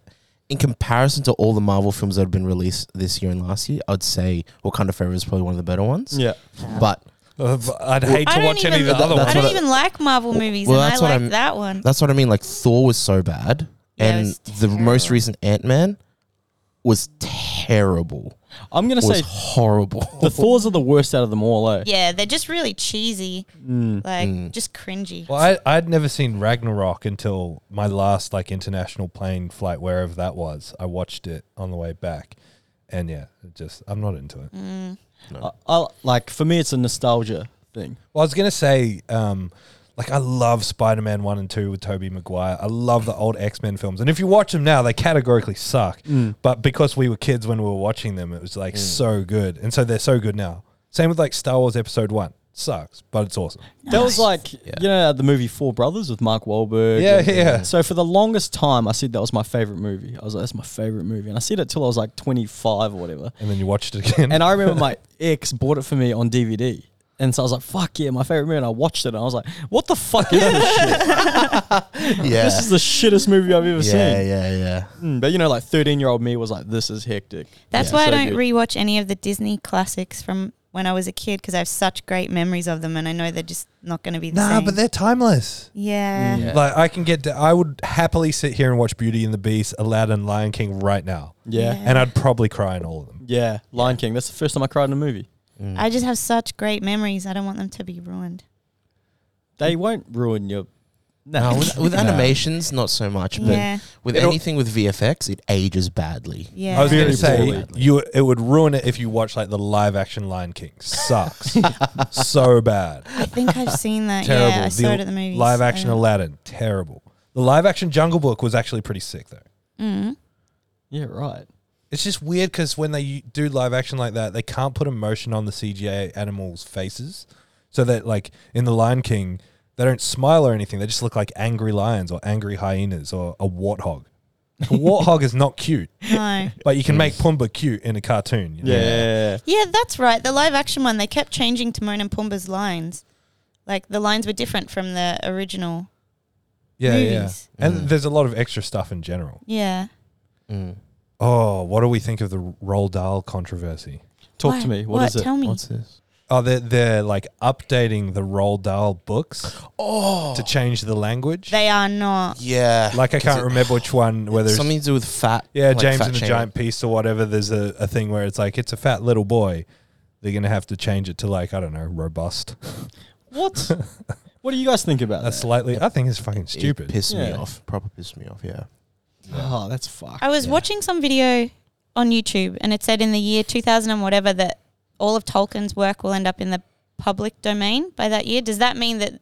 In comparison to all the Marvel films that have been released this year and last year, I'd say Wakanda Forever is probably one of the better ones.
Yeah.
But
Uh, I'd hate
I
to
don't
watch any of the
even-
other
I
ones.
That's
don't
what I-
even like Marvel movies,
Well,
and I
that's what
like
I'm-
that one.
that's what I mean. Like Thor was so bad,
Yeah, it
and
was
the most
terrible.
recent Ant Man was terrible.
I'm gonna
Was
say
[laughs]
horrible.
the Thors are the worst out of them all. Eh?
Yeah, they're just really cheesy,
Hmm.
like just cringy.
Hmm. Well, I, I'd never seen Ragnarok until my last like international plane flight, wherever that was. I watched it on the way back, and yeah, it just I'm not into it.
I, I, like for me, it's a nostalgia thing.
Well, I was gonna say, um, like I love Spider-Man one and two with Tobey Maguire. I love the old X-Men films, and if you watch them now, they categorically suck. But because we were kids when we were watching them, it was like so good, and so they're so good now. Same with like Star Wars Episode One, sucks, but it's awesome.
That was like you know the movie Four Brothers with Mark Wahlberg.
Yeah,
and-
yeah.
So for the longest time, I said that was my favorite movie. I was like, that's my favorite movie, and I said it till I was like 25 or whatever.
And then you watched it again.
And I remember my ex bought it for me on DVD. And so I was like, fuck yeah, my favorite movie. And I watched it and I was like, what the fuck is this shit?
yeah.
This is the shittest movie I've ever
yeah,
seen.
yeah, yeah.
Mm, But you know, like 13 year old me was like, this is hectic.
That's
Yeah.
why I
So
don't
good.
rewatch any of the Disney classics from when I was a kid because I have such great memories of them, and I know they're just not going to be the
[laughs] nah,
same.
but they're timeless.
yeah.
Hmm.
Yeah.
Like I can get, to, I would happily sit here and watch Beauty and the Beast, Aladdin, Lion King right now,
Yeah.
Yeah.
yeah.
and I'd probably cry in all of them.
Lion King. That's the first time I cried in a movie.
I just have such great memories. I don't want them to be ruined.
They won't ruin your. [laughs]
No, with,
[laughs]
with
Nah.
animations, not so much, but
Yeah.
with
It'll-
anything with VFX, it ages badly.
Yeah.
I was going
Very
to say
poorly.
you, it would ruin it if you watch like the live action Lion King.
[laughs]
Sucks, so bad,
I think I've seen that.
terrible.
Uh, Yeah, I saw
the
it at the movies.
live action
Yeah.
Aladdin, terrible. The live action Jungle Book was actually pretty sick though.
Mm.
Yeah, right.
It's just weird because when they do live action like that, they can't put emotion on the CGI animals' faces, so that like in the Lion King, they don't smile or anything. They just look like angry lions or angry hyenas or a warthog. A warthog is not cute,
No.
but
[laughs]
you can make Pumbaa cute in a cartoon. you know?
Mm. Yeah. yeah.
Yeah, that's right. The live action one, they kept changing Timon and Pumbaa's lines. Like the lines were different from the original.
yeah, yeah.
Movies.
And there's a lot of extra stuff in general.
Yeah.
Mm.
Oh, what do we think of the Roald Dahl controversy?
Talk
Why-
to me. what is it?
Tell me.
What's this?
Oh, they're, they're like updating the Roald Dahl books
Oh,
to change the language.
They are not.
yeah.
like I
[laughs]
can't remember which one. Whether it's
something to do with fat.
Yeah,
like
James
fat
and the
shaming.
Giant Peace or whatever. There's a, a thing where it's like it's a fat little boy. They're gonna have to change it to like I don't know, robust.
What? [laughs] what do you guys think about
That's
that?
slightly. I think it's fucking
It
stupid.
pissed me
Yeah.
off. Proper pissed me off. Yeah.
Oh, that's fucked.
I was watching some video on YouTube and it said in the year 2000 and whatever that all of Tolkien's work will end up in the public domain by that year. Does that mean that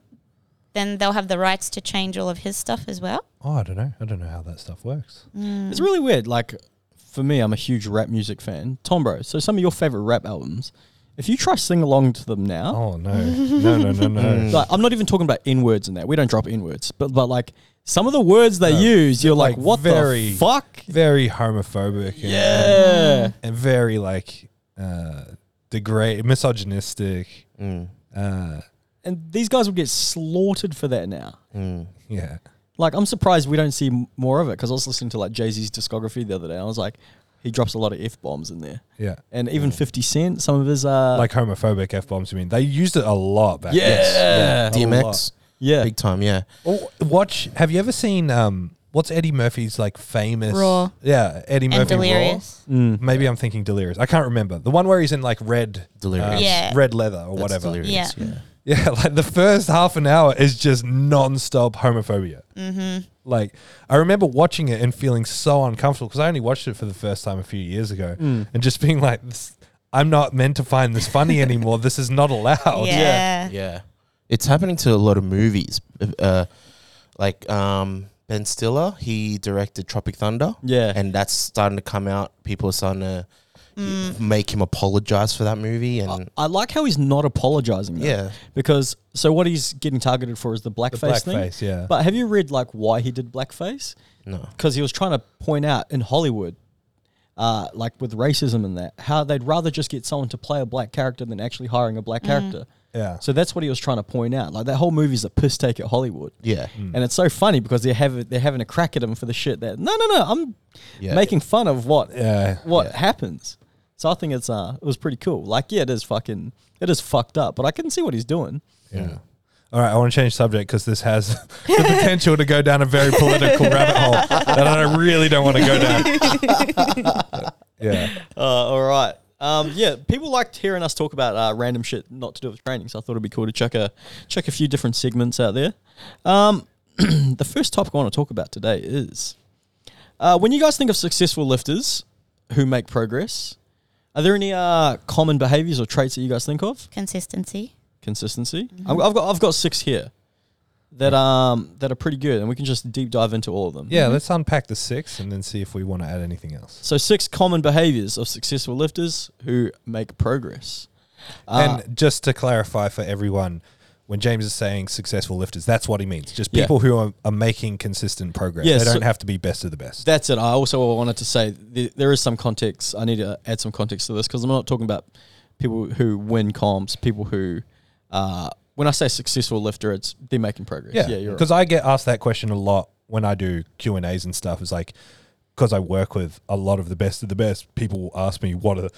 then they'll have the rights to change all of his stuff as well?
oh, I don't know. I don't know how that stuff works.
Um,
It's really weird. Like, for me, I'm a huge rap music fan. Tombro, so some of your favorite rap albums, if you try sing along to them now,
Oh
[laughs]
no, no, no, no, no.
Mm.
like, I'm not even talking about N words in that. We don't drop N words, but but like some of the words they use, you're like, Mm.
like,
what
very-
the fuck?
very homophobic. and-
Yeah.
and very like uh, degrade, misogynistic.
Mm.
Uh,
And these guys would get slaughtered for that now.
Mm.
yeah.
Like, I'm surprised we don't see m- more of it because I was listening to like Jay Z's discography the other day. And I was like, he drops a lot of f bombs in there,
Yeah,
and even 50 Cent, some of his uh,
like homophobic f bombs. I mean, they used it a lot back.
yeah,
then.
DMX,
yeah,
big time. Yeah.
Oh, watch. Have you ever seen um, what's Eddie Murphy's like famous?
Raw.
Yeah, Eddie
and
Murphy. Raw.
delirious.
Mm.
Maybe I'm thinking Delirious. I can't remember the one where he's in like red, uh,
Delirious.
Yeah.
red leather or
That's
whatever.
delirious,
Yeah.
yeah.
Yeah, [laughs] like the first half an hour is just non-stop homophobia. Mm-hmm. Like I remember watching it and feeling so uncomfortable because I only watched it for the first time a few years ago, and just being like, this, "I'm not meant to find this funny anymore. this is not allowed."
yeah.
Yeah. It's happening to a lot of movies. Uh, like um, Ben Stiller, he directed Tropic Thunder.
Yeah.
And that's starting to come out. People are starting to make him apologize for that movie. And
I like how he's not apologizing. Though,
Yeah.
Because so what he's getting targeted for is the blackface, thing.
blackface, yeah.
But have you read like why he did blackface?
no.
Because he was trying to point out in Hollywood, uh, like with racism and that, how they'd rather just get someone to play a black character than actually hiring a black character.
Yeah.
So that's what he was trying to point out. Like that whole movie's a piss take at Hollywood. Mm.
Yeah.
And it's so funny because they have they're having a crack at him for the shit that no no no I'm
Yeah.
making fun of what
Yeah.
what happens. So I think it's uh it was pretty cool. Like yeah, it is fucking it is fucked up, but I can see what he's doing.
Yeah. All right, I want to change subject because this has [laughs] the potential to go down a very political rabbit hole that I really don't want to go down. yeah.
Uh, all right. Um, yeah, people liked hearing us talk about uh, random shit not to do with training, so I thought it'd be cool to check a check a few different segments out there. Um, [clears throat] the first topic I want to talk about today is uh, when you guys think of successful lifters who make progress, are there any uh, common behaviors or traits that you guys think of?
Consistency.
Consistency. I've, I've got I've got six here that um that are pretty good, and we can just deep dive into all of them.
Yeah, let's unpack the six and then see if we want to add anything else.
So six common behaviors of successful lifters who make progress. Uh, Ah.
and just to clarify for everyone, when James is saying successful lifters, that's what he means. Just
Yeah.
people who are, are making consistent progress.
Yeah,
they don't
so-
have to be best of the best.
That's it. I also wanted to say th- there is some context. I need to add some context to this because I'm not talking about people who win comps, people who, uh, when I say successful lifter, it's they're making progress. Yeah,
yeah,
you're
because I get asked that question a lot when I do Q and A's and stuff. It's like because I work with a lot of the best of the best. People will ask me what are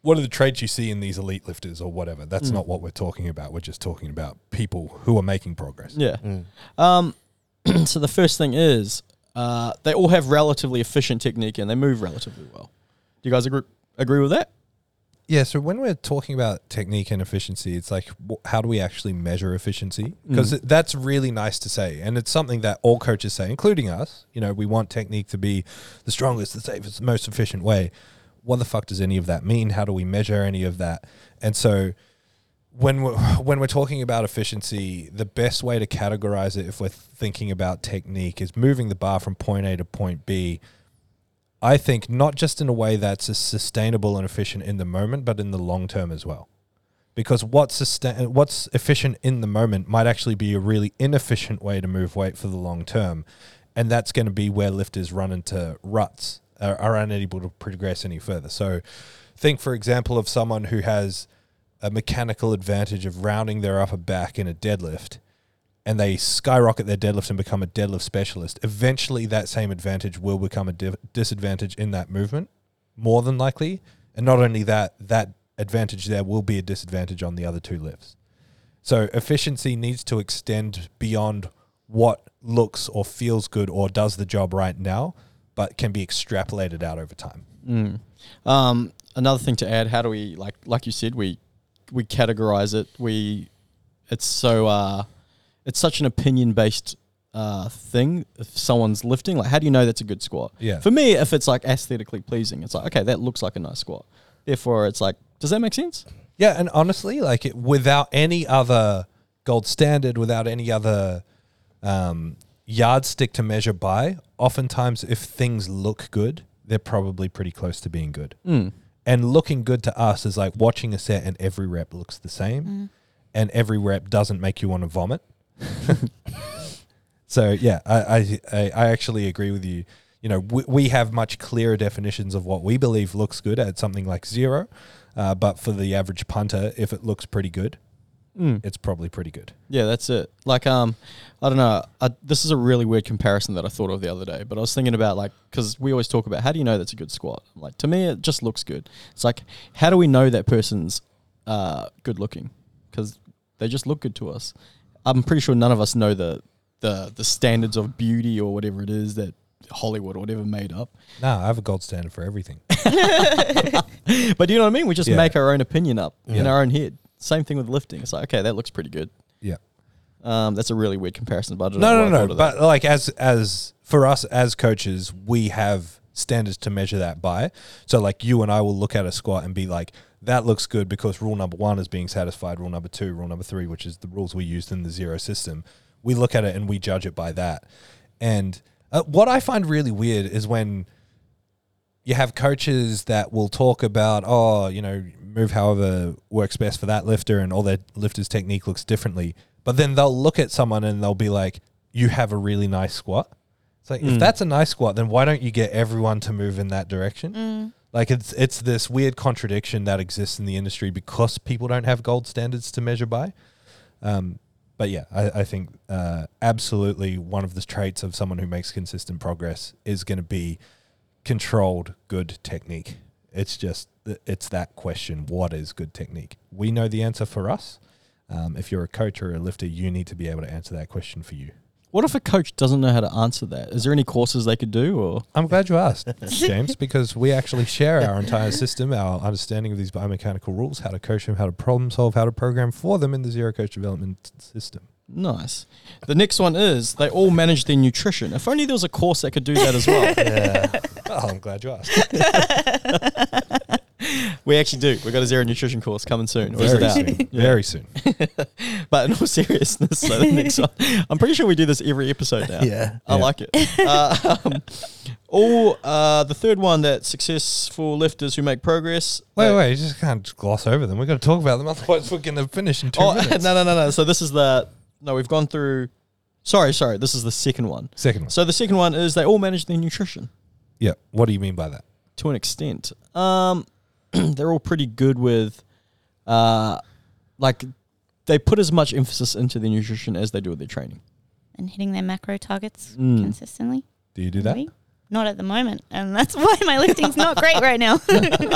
what are the traits you see in these elite lifters or whatever.
Mm.
That's not what we're talking about. We're just talking about people who are making progress.
Yeah. Um, [clears throat] so the first thing is uh, they all have relatively efficient technique and they move relatively well. Do you guys agree, agree with that?
Yeah, so when we're talking about technique and efficiency, it's like wh- how do we actually measure efficiency? Because that's really nice to say, and it's something that all coaches say, including us. You know, we want technique to be the strongest, the safest, the most efficient way. What the fuck does any of that mean? How do we measure any of that? And so when we're, [laughs] when we're talking about efficiency, the best way to categorize it, if we're thinking about technique, is moving the bar from point A to point B. I think not just in a way that's as sustainable and efficient in the moment, but in the long term as well. Because what's sustain, what's efficient in the moment might actually be a really inefficient way to move weight for the long term, and that's going to be where lifters run into ruts uh, are, are unable to progress any further. So, think for example of someone who has a mechanical advantage of rounding their upper back in a deadlift and they skyrocket their deadlift and become a deadlift specialist, eventually that same advantage will become a div- disadvantage in that movement, more than likely. And not only that, that advantage there will be a disadvantage on the other two lifts. So efficiency needs to extend beyond what looks or feels good or does the job right now, but can be extrapolated out over time.
Um, another thing to add, how do we like like you said, we we categorize it. We it's so uh it's such an opinion based uh thing if someone's lifting. Like how do you know that's a good squat?
Yeah.
For me, if it's like aesthetically pleasing, it's like, okay, that looks like a nice squat. Therefore it's like does that make sense?
Yeah, and honestly, like it, without any other gold standard, without any other um, yardstick to measure by, oftentimes if things look good, they're probably pretty close to being good. And looking good to us is like watching a set and every rep looks the same, and every rep doesn't make you want to vomit. So yeah, I I, I I actually agree with you. You know, we, we have much clearer definitions of what we believe looks good at something like zero, uh, but for the average punter, if it looks pretty good, it's probably pretty good.
Yeah, that's it. Like, um, I don't know. I, this is a really weird comparison that I thought of the other day, but I was thinking about like because we always talk about how do you know that's a good squat? I'm like, to me, it just looks good. It's like, how do we know that person's uh, good looking? Because they just look good to us. I'm pretty sure none of us know the the the standards of beauty or whatever it is that Hollywood or whatever made up.
Nah, I have a gold standard for everything. [coughs]
But do you know what I mean? We just
Yeah.
make our own opinion up in
Yeah.
our own head. Same thing with lifting. It's like, okay, that looks pretty good.
Yeah.
Um, that's a really weird comparison, but I don't know
No,
why I
no,
thought
no.
of that.
But like as as for us as coaches, we have standards to measure that by. So like you and I will look at a squat and be like, that looks good because rule number one is being satisfied, rule number two, rule number three, which is the rules we used in the zero system. We look at it and we judge it by that. And uh, what I find really weird is when you have coaches that will talk about, oh, you know, move however works best for that lifter and all their lifters' technique looks differently. But then they'll look at someone and they'll be like, you have a really nice squat. It's like, if that's a nice squat, then why don't you get everyone to move in that direction? Like it's it's this weird contradiction that exists in the industry because people don't have gold standards to measure by. Um, but yeah, I, I think uh, absolutely one of the traits of someone who makes consistent progress is going to be controlled good technique. It's just it's that question: what is good technique? We know the answer for us. Um, if you're a coach or a lifter, you need to be able to answer that question for you.
What if a coach doesn't know how to answer that? Is there any courses they could do or
I'm glad you asked, James, because we actually share our entire system, our understanding of these biomechanical rules, how to coach them, how to problem solve, how to program for them in the zero coach development system.
nice? The next one is they all manage their nutrition. If only there was a course that could do that
[laughs]
as well.
Yeah. oh, I'm glad you asked.
We actually do. We've got a zero nutrition course coming soon. Or is it
Very
out?
soon.
Yeah.
Very soon.
But in all seriousness, so the next one, I'm pretty sure we do this every episode now.
Yeah.
[laughs]
I
Yeah.
like it. Uh, um, all uh, the third one that successful lifters who make progress.
Wait,
they-
wait, you just can't just gloss over them. We've got to talk about them, otherwise we're going to finish in two
Oh [laughs] no
minutes.
no no no. So this is the no. We've gone through. Sorry sorry. This is the second one.
Second one.
So the second one is they all manage their nutrition.
Yeah. What do you mean by that?
to an extent. Um, [clears throat] they're all pretty good with, uh, like they put as much emphasis into their nutrition as they do with their training.
and hitting their macro targets
Mm.
consistently.
Do you do that?
maybe? Not at the moment, and [laughs] that's why my lifting's not great right now. [laughs]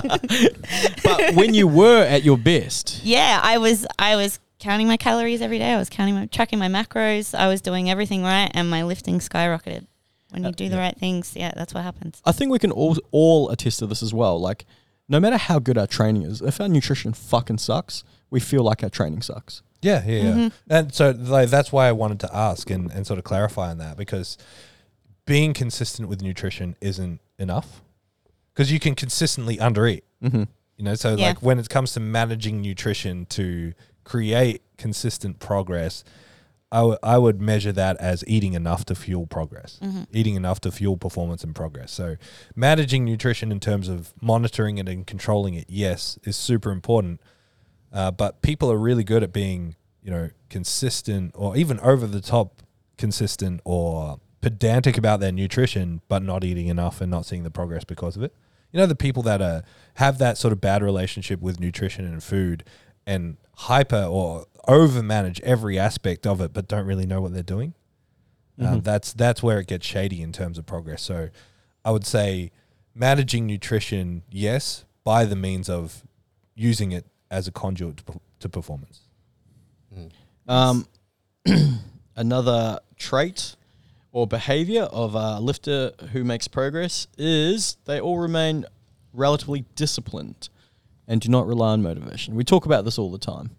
But Uh, when you were at your best,
yeah, I was I was counting my calories every day. I was counting my tracking my macros. I was doing everything right, and my lifting skyrocketed. When you do the right things, yeah, that's what happens.
I think we can all all attest to this as well. Like, no matter how good our training is, if our nutrition fucking sucks, we feel like our training sucks.
Yeah, yeah, yeah. And so like, that's why I wanted to ask and, and sort of clarify on that because being consistent with nutrition isn't enough because you can consistently undereat. Mm-hmm. You know, so
Yeah.
like when it comes to managing nutrition to create consistent progress, I w- I would measure that as eating enough to fuel progress, eating enough to fuel performance and progress. So, managing nutrition in terms of monitoring it and controlling it, yes, is super important. Uh, but people are really good at being, you know, consistent or even over the top consistent or pedantic about their nutrition, but not eating enough and not seeing the progress because of it. You know, the people that are, have that sort of bad relationship with nutrition and food and hyper or over manage every aspect of it, but don't really know what they're doing. Uh, that's that's where it gets shady in terms of progress. So, I would say managing nutrition, yes, by the means of using it as a conduit to, per- to performance.
Um, [clears throat] another trait or behavior of a lifter who makes progress is they all remain relatively disciplined and do not rely on motivation. We talk about this all the time,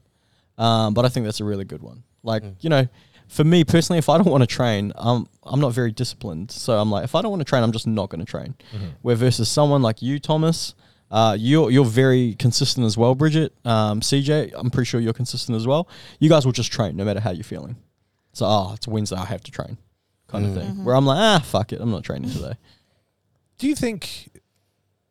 um, but I think that's a really good one. Like, you know, for me personally, if I don't want to train, um, I'm not very disciplined. So I'm like, if I don't want to train, I'm just not going to train. Where versus someone like you, Thomas, uh, you're you're very consistent as well, Bridget. Um, CJ, I'm pretty sure you're consistent as well. You guys will just train no matter how you're feeling. So oh, it's Wednesday, I have to train, kind of thing. Where I'm like, ah, fuck it, I'm not training today.
Do you think,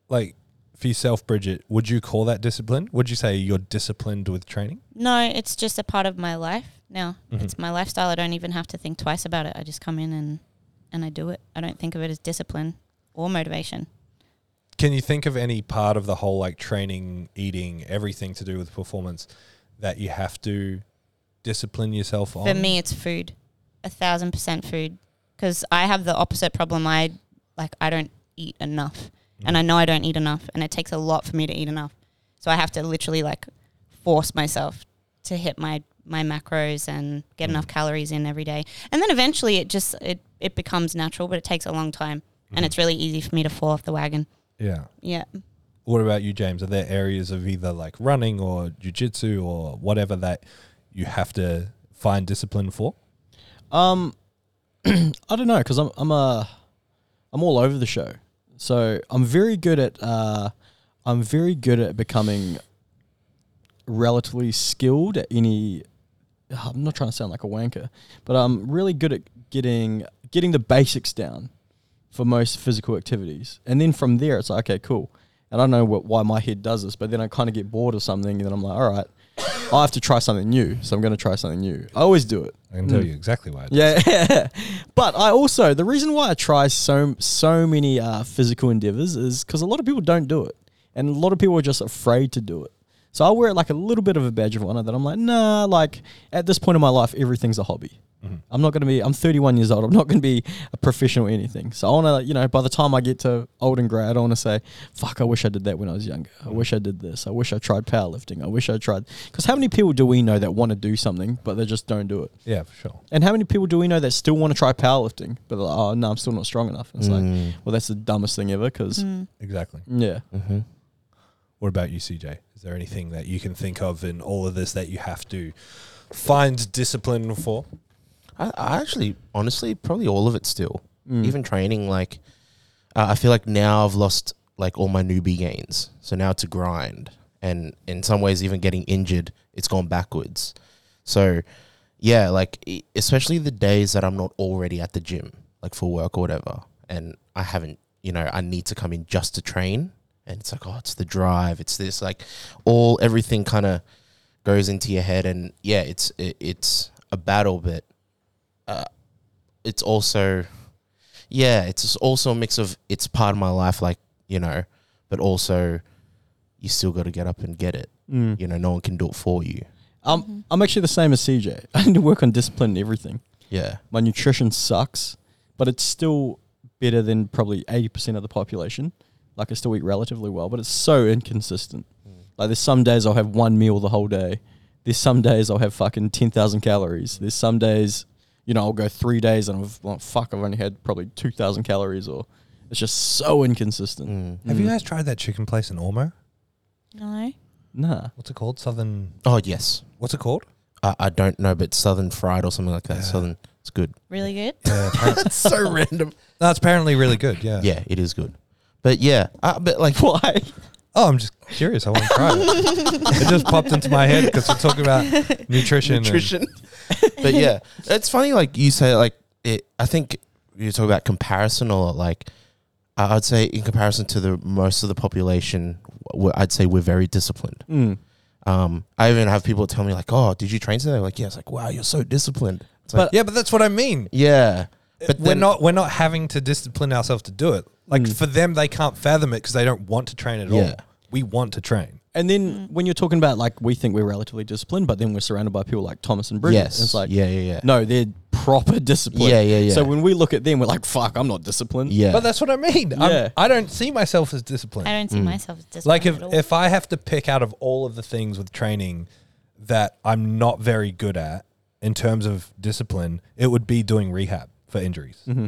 like, for yourself, Bridget, would you call that discipline? Would you say you're disciplined with training?
No, it's just a part of my life now. It's my lifestyle. I don't even have to think twice about it. I just come in and and I do it. I don't think of it as discipline or motivation.
Can you think of any part of the whole, like, training, eating, everything to do with performance that you have to discipline yourself on?
For me, it's food, a thousand percent food, because I have the opposite problem. I like I don't eat enough, and
Mm.
I know I don't eat enough, and it takes a lot for me to eat enough. So I have to literally like force myself to hit my my macros and get
Mm.
enough calories in every day. And then eventually it just it, it becomes natural, but it takes a long time.
Mm.
And it's really easy for me to fall off the wagon.
Yeah.
Yeah.
What about you, James? Are there areas of either like running or jujitsu or whatever that you have to find discipline for?
Um, [clears throat] I don't know because I'm I'm a I'm all over the show, so I'm very good at uh, I'm very good at becoming relatively skilled at any. I'm not trying to sound like a wanker, but I'm really good at getting getting the basics down for most physical activities, and then from there it's like okay, cool. And I don't know what, why my head does this, but then I kind of get bored of something, and then I'm like, all right, I have to try something new, so I'm going to try something new. I always do it.
I can tell you exactly why. I do.
[laughs] Yeah, but I also the reason why I try so so many uh, physical endeavors is because a lot of people don't do it, and a lot of people are just afraid to do it. So I wear it like a little bit of a badge of honor that I'm like, nah, like at this point in my life, everything's a hobby.
Mm-hmm.
I'm not gonna be. I'm 31 years old. I'm not gonna be a professional or anything. So I wanna, you know, by the time I get to old and grey, I don't wanna say, fuck, I wish I did that when I was younger. I wish I did this. I wish I tried powerlifting. I wish I tried. Because how many people do we know that want to do something but they just don't do it?
Yeah, for sure.
And how many people do we know that still want to try powerlifting, but they're like, oh no, I'm still not strong enough? And it's like, well, that's the dumbest thing ever. Because
Exactly.
yeah,
What about you, CJ? Is there anything that you can think of in all of this that you have to find discipline for?
I, I actually, honestly, probably all of it still. Even training, like, uh, I feel like now I've lost like all my newbie gains. So now it's a grind. And in some ways, even getting injured, it's gone backwards. So, yeah, like, e- especially the days that I'm not already at the gym, like for work or whatever, and I haven't, you know, I need to come in just to train. And it's like, oh, it's the drive, it's this, like, all everything kind of goes into your head. And yeah, it's, it, it's a battle, but it's also yeah it's just also a mix of it's part of my life like you know but also you still got to get up and get it you know no one can do it for you
I'm I'm actually the same as CJ. [laughs] I need to work on discipline and everything.
yeah
My nutrition sucks, but it's still better than probably 80% of the population. Like I still eat relatively well, but it's so inconsistent.
Mm.
Like there's some days I'll have one meal the whole day. There's some days I'll have fucking 10,000 calories. There's some days, you know, I'll go three days and I've, well, fuck, I've only had probably 2,000 calories or it's just so
Mm.
inconsistent.
Mm.
Mm.
Have you guys tried that chicken place in Ormo?
No.
Nah.
What's it called? Southern.
oh yes
What's it called?
I, I don't know but southern fried or something like that southern it's [laughs] good
Really good.
[laughs]
it's so random
No, it's apparently really good. Yeah.
yeah it is good but yeah uh, but like [laughs]
Why?
Oh, I'm just curious. I want to try [laughs] it. it just popped into my head because we're talking about nutrition. and-
nutrition. [laughs] but yeah, it's funny. Like you say, like it. I think you talk about comparison or like I- I'd say in comparison to the most of the population, we- I'd say we're very disciplined. Um, I even have people tell me like, "Oh, did you train today?" Like, yeah. It's like, wow, you're so disciplined. It's like,
But-
yeah, but that's what I mean.
yeah, but
we're
then, Mm.
not we're not having to discipline ourselves to do it. Like for them, they can't fathom it because they don't want to train at all.
Yeah.
We want to train.
And then when you're talking about like we think we're relatively disciplined, but then we're surrounded by people like Thomas and Bridget.
Yes.
It's like
Yeah, yeah, yeah.
No, they're proper [laughs] disciplined.
Yeah, yeah, yeah.
So when we look at them, we're like, fuck, I'm not disciplined.
Yeah,
But that's what I mean.
Yeah.
I'm I don't see myself as disciplined.
I don't see myself as disciplined
Mm. like if
at all.
if I have to pick out of all of the things with training that I'm not very good at in terms of discipline, it would be doing rehab for injuries.
Mm-hmm.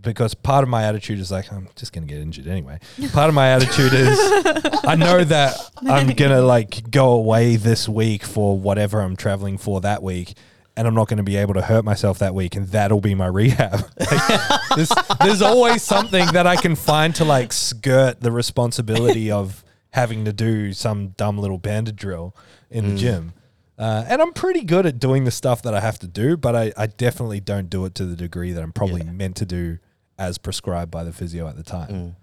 Because part of my attitude is like I'm just gonna get injured anyway. Part of my attitude is [laughs] I know that I'm gonna like go away this week for whatever I'm traveling for that week, and I'm not gonna be able to hurt myself that week, and that'll be my rehab. [laughs] there's, there's always something that I can find to like skirt the responsibility of having to do some dumb little bandit drill in the gym. Uh, and I'm pretty good at doing the stuff that I have to do, but I, I definitely don't do it to the degree that I'm probably meant to do as prescribed by the physio at the time.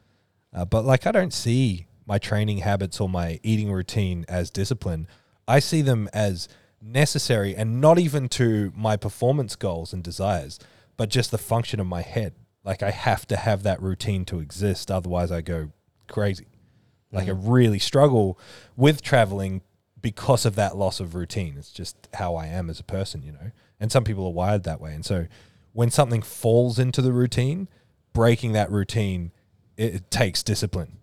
Uh, but like, I don't see my training habits or my eating routine as discipline. I see them as necessary and not even to my performance goals and desires, but just the function of my head. Like, I have to have that routine to exist. Otherwise, I go crazy. Like,
Mm.
I really struggle with traveling because of that loss of routine. It's just how I am as a person, you know? And some people are wired that way. And so when something falls into the routine, breaking that routine, it, it takes discipline.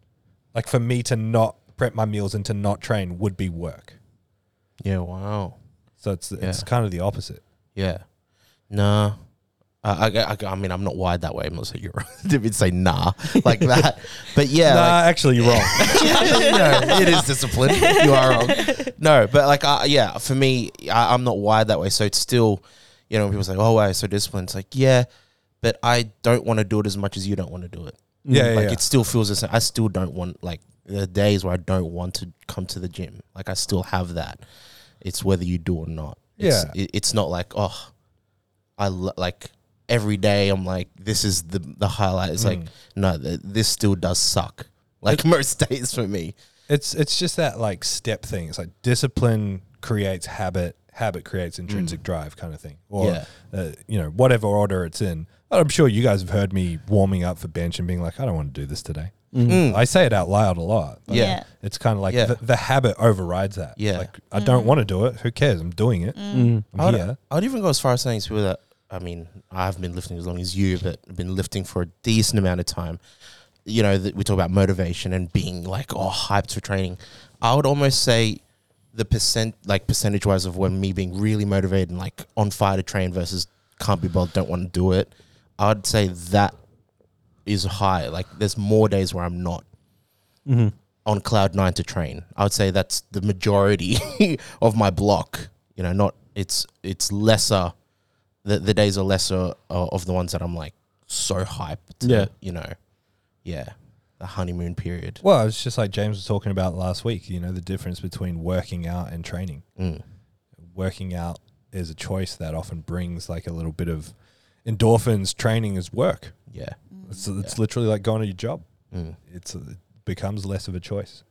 Like for me to not prep my meals and to not train would be work.
yeah. Wow.
So it's it's
Yeah.
kind of the opposite.
Yeah. Nah. Uh, I, I, I mean, I'm not wired that way. I'm not saying you're [laughs] right. David say nah like that. But yeah.
nah,
like-
actually,
[laughs]
you're wrong.
no, it is discipline. You are wrong. No, but like, uh, yeah, for me, I, I'm not wired that way. So it's still, you know, when people say, "Oh, wow, so disciplined." It's like, yeah, but I don't want to do it as much as you don't want to do it.
yeah, yeah,
like
yeah.
it still feels the same. I still don't want like the days where I don't want to come to the gym. Like I still have that. It's whether you do or not. It's,
Yeah.
it, it's not like oh, I lo- like every day. I'm like this is the the highlight. It's like no, th- this still does suck. Like [laughs] most days for me.
It's it's just that like step thing. It's like discipline creates habit, habit creates intrinsic drive, kind of thing, or
Mm. Yeah.
uh, you know whatever order it's in. I'm sure you guys have heard me warming up for bench and being like, I don't want to do this today. I say it out loud a lot. but
Mm-hmm. Yeah.
Yeah.
It's kind of like
Yeah.
the, the habit overrides that.
Yeah. Mm.
Like I don't want to do it. Who cares? I'm doing it.
I
I'm
would,
here.
I would even go as far as saying to people that I mean, I've been lifting as long as you, but I've been lifting for a decent amount of time. You know, that we talk about motivation and being like, oh, hyped for training. I would almost say the percent, like percentage wise, of when me being really motivated and like on fire to train versus can't be bothered, don't want to do it. I'd say that is high. Like, there's more days where I'm not on cloud nine to train. I would say that's the majority [laughs] of my block. You know, not it's it's lesser. The the days are lesser uh, of the ones that I'm like so hyped.
Yeah.
you know, yeah, the honeymoon period.
Well, it's just like James was talking about last week, you know, the difference between working out and training. Working out is a choice that often brings like a little bit of endorphins. Training is work.
Yeah,
It's, it's literally like going to your job. It's, it becomes less of a choice.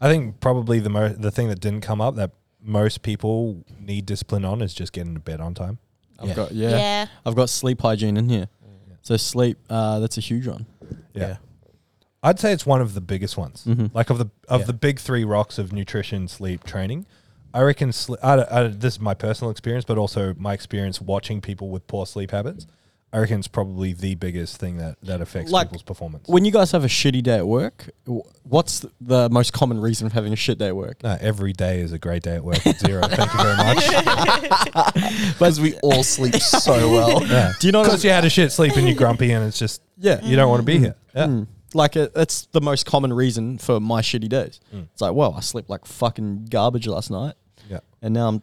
I think probably the, mo- the thing that didn't come up that most people need discipline on is just getting to bed on time.
I've
Yeah.
got
Yeah.
yeah, I've got sleep hygiene in here. So sleep, uh, that's a huge one.
yeah,
I'd say it's one of the biggest ones. Like of the of
Yeah.
the big three rocks of nutrition, sleep, training. I reckon sli I, don't- I, don't- this is my personal experience, but also my experience watching people with poor sleep habits. I reckon it's probably the biggest thing that that affects
Like,
people's performance.
When you guys have a shitty day at work, wh- what's th- the most common reason of having a shit day at work?
No, every day is a great day at work. at Zero. Thank you very much. [laughs]
because we all sleep so well.
Yeah.
Do you know what
Because you had a shit sleep and you're grumpy, and it's just
Yeah. Mm.
you don't want to be here. Yeah.
[laughs]
Like it, it's the most common reason for my shitty days.
Hmm.
It's like, well, I slept like fucking garbage last night,
Yeah.
and now I'm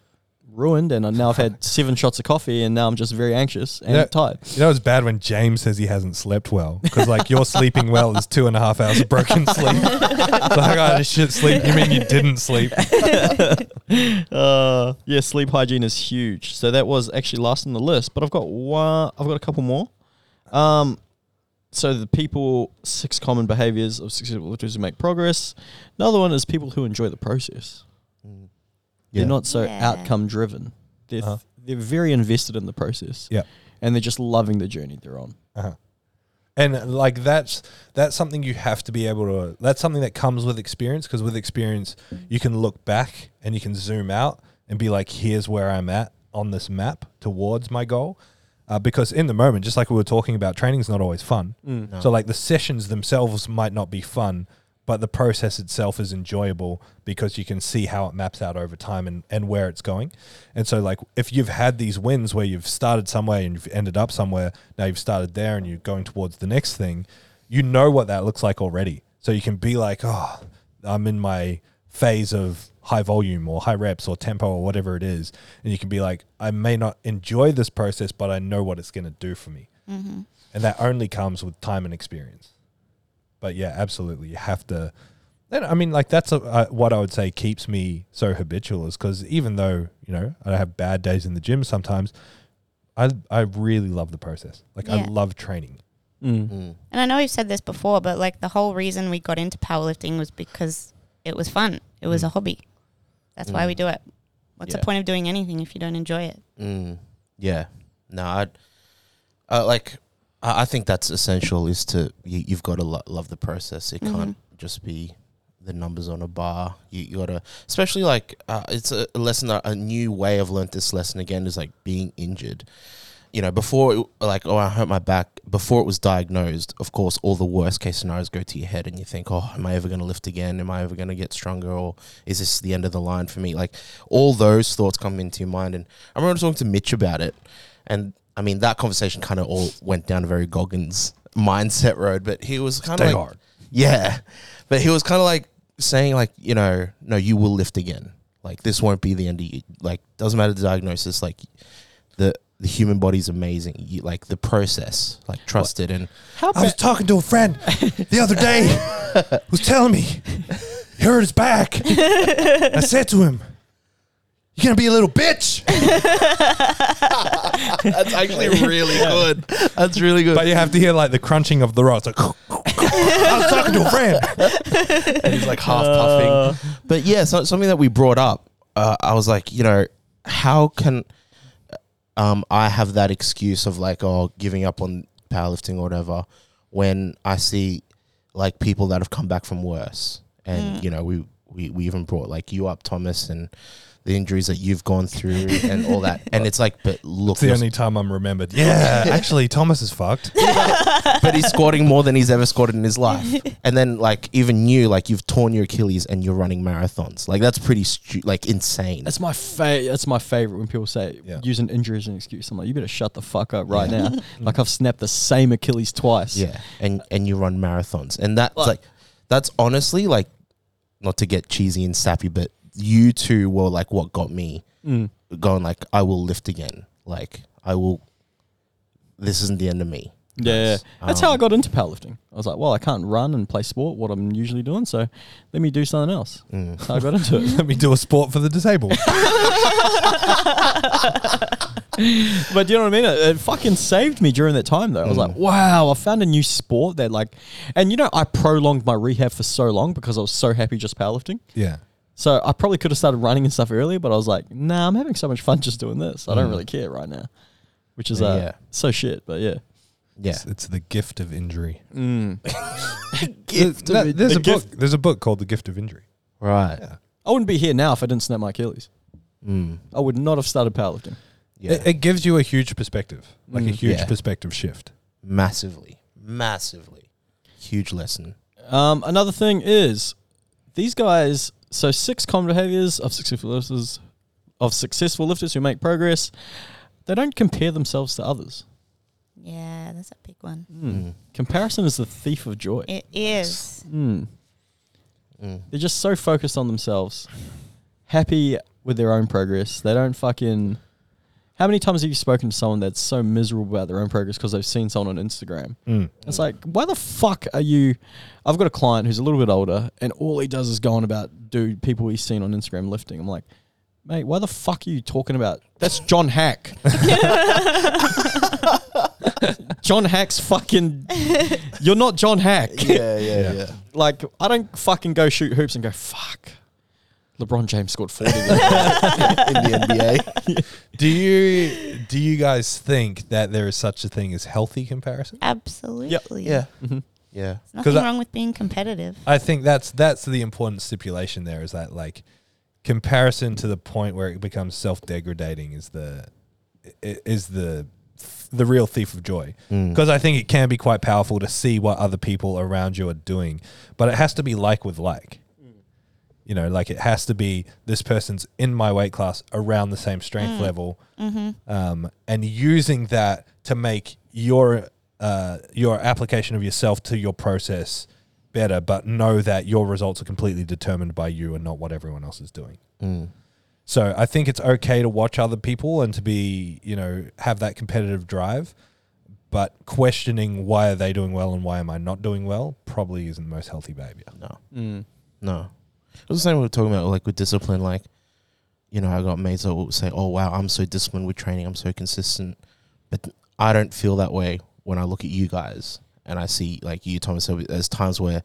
ruined, and I- now I've
[laughs]
had seven shots of coffee, and now I'm just very anxious and
Yeah.
tired.
You know, it's bad when James says he hasn't slept well because, like, your sleeping well is two and a half hours of broken [laughs] sleep. like, I had a shit sleep. You mean you didn't sleep?
Uh, yeah, sleep hygiene is huge. So that was actually last on the list, but I've got one. I've got a couple more. Um, so the people six common behaviors of successful lifters who make progress. Another one is people who enjoy the process.
Yeah.
They're not so
Yeah.
outcome driven. They're th- they're very invested in the process.
Yeah.
and they're just loving the journey they're on.
Uh-huh. And like that's that's something you have to be able to. That's something that comes with experience because with experience you can look back and you can zoom out and be like, here's where I'm at on this map towards my goal. Uh, because in the moment, just like we were talking about, training's not always fun. So like the sessions themselves might not be fun, but the process itself is enjoyable because you can see how it maps out over time and, and where it's going. And so, like, if you've had these wins where you've started somewhere and you've ended up somewhere, now you've started there and you're going towards the next thing, you know what that looks like already. So you can be like, oh, I'm in my phase of high volume or high reps or tempo or whatever it is. And you can be like, I may not enjoy this process, but I know what it's going to do for me. And that only comes with time and experience but yeah, absolutely. You have to. And I mean, like that's a, uh, what I would say keeps me so habitual is because even though you know I have bad days in the gym sometimes, I I really love the process. Like I
Yeah.
love training.
Mm.
And I know we've said this before, but like the whole reason we got into powerlifting was because it was fun. It was a hobby. That's why we do it. What's
Mm. Yeah.
the point of doing anything if you don't enjoy it?
Mm, yeah. No, I'd, uh, like, I, I think that's essential is to, you, you've got to lo- love the process. It can't just be the numbers on a bar. You, you got to, especially like, uh, it's a lesson, that- a new way I've learned this lesson again is like being injured. you know, before it, like, oh, I hurt my back. Before it was diagnosed, of course, all the worst case scenarios go to your head, and you think, oh, am I ever going to lift again? Am I ever going to get stronger? Or is this the end of the line for me? Like, all those thoughts come into your mind. And I remember talking to Mitch about it, and I mean, that conversation kind of all went down a very Goggins mindset road, but he was kind of
Stay
like,
hard.
yeah, but he was kind of like saying, like, you know, no, you will lift again. Like, this won't be the end of you. Like, doesn't matter the diagnosis. Like, the the human body's amazing. You, like the process, like trust it. And
How
I was
bad?
talking to a friend the other day who was telling me he hurt his back. I said to him, You're gonna be a little bitch. [laughs]
that's actually really good. That's really good.
But you have to hear like the crunching of the rod. It's like [laughs] I was talking to a [laughs] friend.
and he's like half
Uh.
puffing. But yeah, so something that we brought up, uh, I was like, you know, how can um, I have that excuse of like, oh, giving up on powerlifting or whatever, when I see like people that have come back from worse, and you know, we we we even brought like you up, Thomas, and the injuries that you've gone through and all that, and it's like, but look,
It's the
you're-
only time I'm remembered. Yeah, actually, Thomas is fucked.
but he's squatting more than he's ever squatted in his life. And then like even you, like you've torn your Achilles and you're running marathons. Like that's pretty stu- like insane.
That's my favorite. That's my favorite when people say
Yeah.
use an injury as an excuse. I'm like, you better shut the fuck up right now. like I've snapped the same Achilles twice.
yeah, and and you run marathons, and that's
Like-
like that's honestly like not to get cheesy and sappy, but you two were like what got me
Mm.
going. Like I will lift again. Like I will. This isn't the end of me.
Yeah,
Nice.
yeah. that's how I
Um,
got into powerlifting. I was like, well, I can't run and play sport, what I'm usually doing, so let me do something else.
Mm.
That's how I got into
[laughs]
it.
Let me do a sport for the
[laughs]
disabled.
But do you know what I mean? It, it fucking saved me during that time, though. I was
Mm.
like, wow, I found a new sport that, like, and you know, I prolonged my rehab for so long because I was so happy just powerlifting.
Yeah.
So I probably could have started running and stuff earlier, but I was like, nah, I'm having so much fun just doing this. I don't really care right now, which is uh,
Mm. Yeah.
so shit. But yeah,
Yeah,
It's, it's the gift of injury.
gift.
Th- there's
the
a
gift-
book. There's a book called The Gift of Injury.
right.
Yeah.
I wouldn't be here now if I didn't snap my Achilles.
Mm.
I would not have started powerlifting.
Yeah.
It, it gives you a huge perspective, like a
Mm.
huge
Yeah.
perspective shift.
massively, massively, huge lesson.
Um, another thing is these guys. So six common behaviors of successful lifters, of successful lifters who make progress. They don't compare themselves to others.
Yeah, that's a big one.
Mm.
Comparison is the thief of joy.
It is.
Mm.
Mm.
They're just so focused on themselves, happy with their own progress. They don't fucking. How many times have you spoken to someone that's so miserable about their own progress because they've seen someone on Instagram? It's like, why the fuck are you? I've got a client who's a little bit older, and all he does is go on about dude people he's seen on Instagram lifting. I'm like, mate, why the fuck are you talking about? That's John Hack. [laughs] John Hack's fucking. You're not John Hack.
Yeah, yeah,
yeah.
like, I don't fucking go shoot hoops and go fuck. LeBron James scored forty today."
in [laughs] the NBA.
Do you do you guys think that there is such a thing as healthy comparison?
Absolutely.
Yeah. Yeah.
There's nothing
I-
wrong with being competitive.
I think that's that's the important stipulation there is that like comparison to the point where it becomes self-degradating is the i- is the the real thief of joy because I think it can be quite powerful to see what other people around you are doing, but it has to be like with like. You know, like it has to be this person's in my weight class around the same strength level, um, and using that to make your uh, your application of yourself to your process better, but know that your results are completely determined by you and not what everyone else is doing. So I think it's okay to watch other people and to be, you know, have that competitive drive, but questioning why are they doing well and why am I not doing well probably isn't the most healthy behavior.
No.
Mm.
No. It was the same we were talking about, like with discipline. Like, you know, I got mates that will say, oh, wow, I'm so disciplined with training. I'm so consistent. But I don't feel that way when I look at you guys. And I see, like, you, Thomas, there- there's times where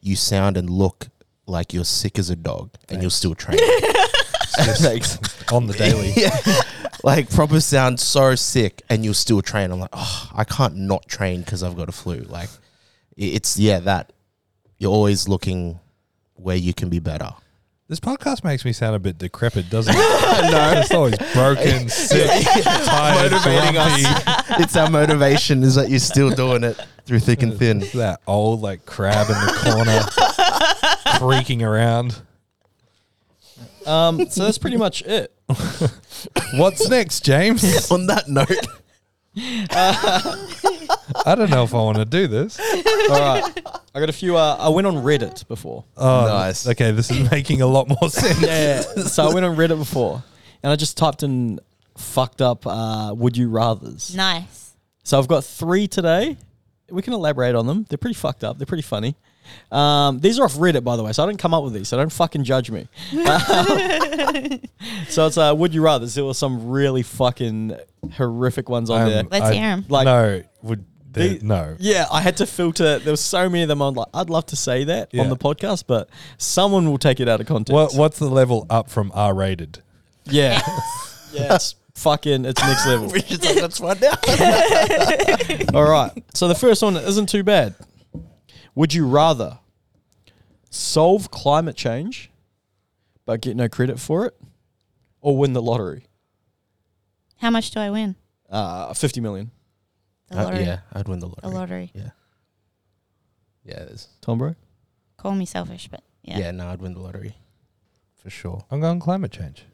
you sound and look like you're sick as a dog and you're still training. Thanks.
On the daily.
[laughs] yeah. Like, proper sound so sick and you'll still train. I'm like, oh, I can't not train because I've got a flu. Like,
[laughs]
i- it's, yeah, that. You're always looking where you can be better.
This podcast makes me sound a bit decrepit, doesn't it? no, it's always broken, sick, tired,
Motivating us.
grumpy.
it's our motivation is that you're still doing it through thick and thin.
That old like crab in the corner, creaking around.
Um, so that's pretty much it.
What's next, James?
On that
[laughs]
note,
I don't know if I want to do this.
All right. I got a few. Uh, I went on Reddit before.
Oh,
Nice.
Okay, this is making a lot more sense.
Yeah. so I went on Reddit before, and I just typed in "fucked up uh, would you rather's."
Nice.
So I've got three today. We can elaborate on them. They're pretty fucked up. They're pretty funny. Um, these are off Reddit, by the way, so I didn't come up with these. So don't fucking judge me. [laughs] so it's uh, would you rather? There were some really fucking horrific ones on
Um,
there.
Let's
I-
hear 'em.
Like-
no, would there,
The-
no.
Yeah, I had to filter. There were so many of them. I'm like, I'd love to say that
Yeah.
on the podcast, but someone will take it out of context.
What, what's the level up from R rated?
Yeah, yeah, it's fucking, it's next level.
[laughs] we should take this one down.
All right. So the first one isn't too bad. Would you rather solve climate change but get no credit for it, or win the lottery?
How much do I win?
Uh, fifty million.
The lottery.
Uh, yeah, I'd win the
The
lottery.
lottery.
Yeah. Yeah, it is.
Tom, bro.
Call me selfish, but yeah.
yeah. no, I'd win the lottery. For sure.
I'm going climate change.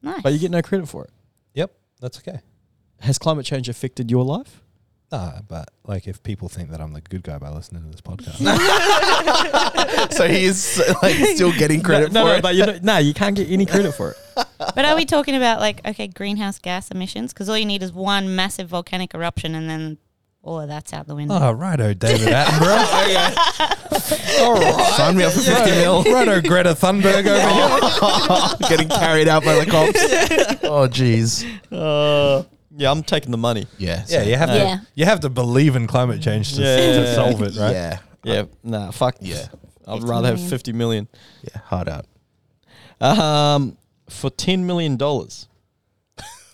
Nice.
But you get no credit for it.
Yep, that's okay.
Has climate change affected your life?
Nah, but like if people think that I'm the good guy by listening to this podcast,
[laughs] so he is like still getting
[laughs]
credit
no,
for
no,
it.
but you know, no, you can't get any credit for it.
But are we talking about like okay greenhouse gas emissions? Because all you need is one massive volcanic eruption, and then all of that's out the window.
oh righto, David
[laughs] Oh,
Attenborough,
All right. [laughs] Sign me up for 50 mil.
righto, Greta Thunberg over here.
[laughs] getting carried out by the cops.
[laughs]
oh, jeez.
Uh, yeah, I'm taking the money.
Yeah.
Yeah,
so-
you have
Yeah.
to you have to believe in climate change to,
Yeah,
to
yeah, yeah.
solve it, right?
Yeah.
Yeah, nah, fuck.
Yeah.
I'd
50
rather have
million.
fifty million.
Yeah. Hard out.
Um, for ten million dollars,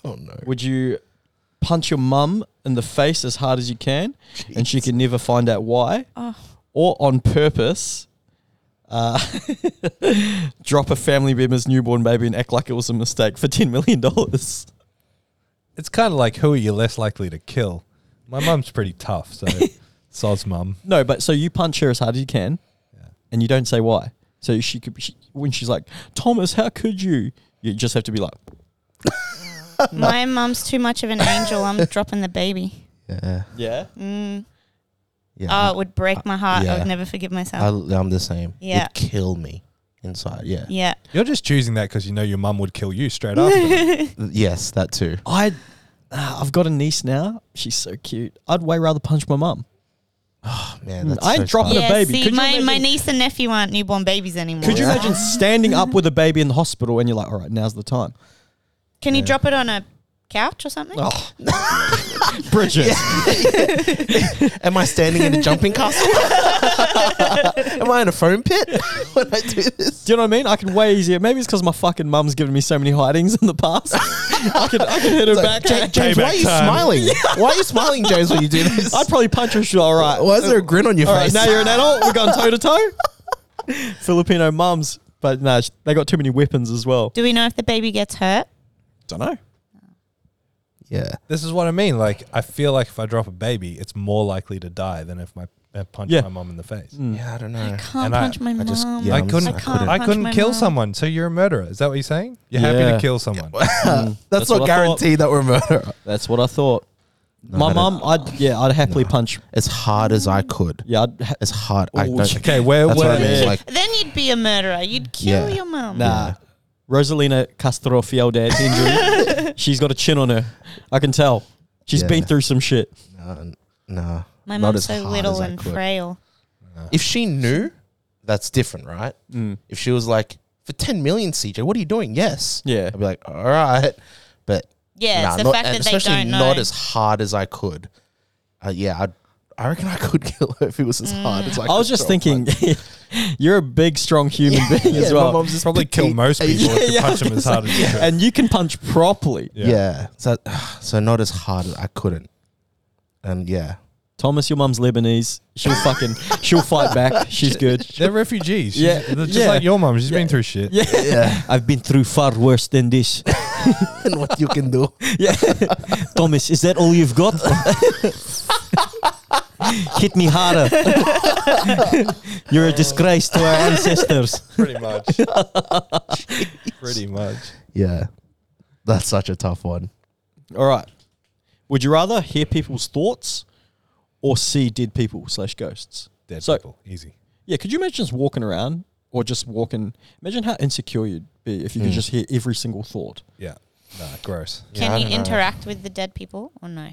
Oh, no.
would you punch your mum in the face as hard as you can, and she can never find out why,
Oh.
or on purpose, uh, [laughs] drop a family member's newborn baby and act like it was a mistake for ten million dollars?
It's kind of like who are you less likely to kill? My mum's pretty
[laughs]
tough, so soz mum.
No, but so you punch her as hard as you can, and you don't say why. So she could she, when she's like, Thomas, how could you? You just have to be like,
My mum's too much of an angel.
[laughs]
I'm dropping the baby.
Yeah.
yeah.
Mm.
Yeah.
Oh, it would break my heart. I
Yeah.
would never forgive myself.
I, I'm the same.
Yeah.
It'd kill me inside. Yeah.
yeah.
You're just choosing that because you know your mum would kill you straight
[laughs]
after. that.
Yes, that too.
I, uh, I've got a niece now. She's so cute. I'd way rather punch my mum.
Man, that's
Mm. I
so
ain't dropping
tough.
a
yeah,
baby.
see,
Could you
my, my
imagine-
niece and nephew aren't newborn babies anymore.
Could you imagine standing up with a baby in the hospital and you're like, all right, now's the time.
Can you drop it on a couch or something?
Oh, Bridget.
Am I standing in
[laughs]
a jumping castle? [laughs] Am I in a foam pit [laughs] when I do this?
Do you know what I mean? I can way easier. Maybe it's because my fucking mum's given me so many hidings in the
[laughs]
past. I could, I could hit her back.
James, James, why are you
time.
[laughs]
smiling? Why are you smiling, James, when you do this?
I'd probably punch her. She's all right.
Why is there a grin on your
All right,
face?
now you're an adult. We're going toe to toe. [laughs] Filipino mums, but nah, sh- they got too many weapons as well.
Do we know if the baby gets hurt?
Don't know.
yeah.
[laughs] this is what I mean. Like I feel like if I drop a baby, it's more likely to die than if my I punch
Yeah.
my mum in the face.
Hmm.
Yeah, I don't know.
Can't
And I-
punch my
I
mum.
just- yeah,
I
I'm
couldn't.
just- I
can't
couldn't.
I
Mm. punch
couldn't
my
kill
mum.
someone, so you're a murderer. Is that what you're saying? You're happy
Yeah.
to kill someone.
That's,
That's
not
what I thought.
guaranteed that we're a murderer.
That's what I thought.
I
my
don't-
mum, I'd yeah, I'd happily punch.
As hard as I could.
Yeah, I'd ha-
As hard. I
Ooh,
don't.
okay,
Okay, where
That's
where
what I mean.
Yeah.
Like,
Then you'd be a murderer. You'd kill
Yeah.
your mum.
Nah. Rosalina Castro Fialdad's injury. she's got a chin on her. I can tell. She's
Yeah.
been through some shit.
no, no.
My
not
mum's
as
so
hard as
little
I
and
could.
frail.
If she knew, that's different, right?
Mm.
If she was like, for 10 million, CJ, what are you doing? Yes.
Yeah.
I'd be like, all right. But
Yeah,
nah,
it's the
not-
fact
and
that they
especially
don't know.
not as hard as I could. Uh, yeah, I'd, I reckon I could [laughs] kill her if it was as
Mm.
hard as I could.
I was just
throw a punch.
thinking, [laughs] you're a big, strong human being
Yeah,
as
my
well.
mom's just
probably kill
petite.
most people if you
[laughs] yeah,
punch them as hard as you could.
And you can punch properly.
[sighs] Yeah. [laughs] So so not as hard as I couldn't. And yeah.
Thomas, your mum's Lebanese. She'll [laughs] fucking she'll fight back. She's good.
They're refugees. She's-
Yeah,
they're just
yeah.
like your mum. She's been through shit.
Yeah. I've been through far worse than this.
[laughs] and what you can do.
[laughs] Yeah. [laughs] Thomas, is that all you've got? [laughs] Hit me [laughs] harder. You're a disgrace to our ancestors.
Pretty
[laughs]
much. Pretty much.
Yeah, that's such a tough one.
All right. Would you rather hear people's thoughts or see dead people slash ghosts?
Dead
So-
people. Easy.
Yeah, could you imagine just walking around or just walking? Imagine how insecure you'd be if you could just hear every single thought.
Yeah. Nah, gross.
Yeah, I
Can
don't
you
know.
interact with the dead people or no?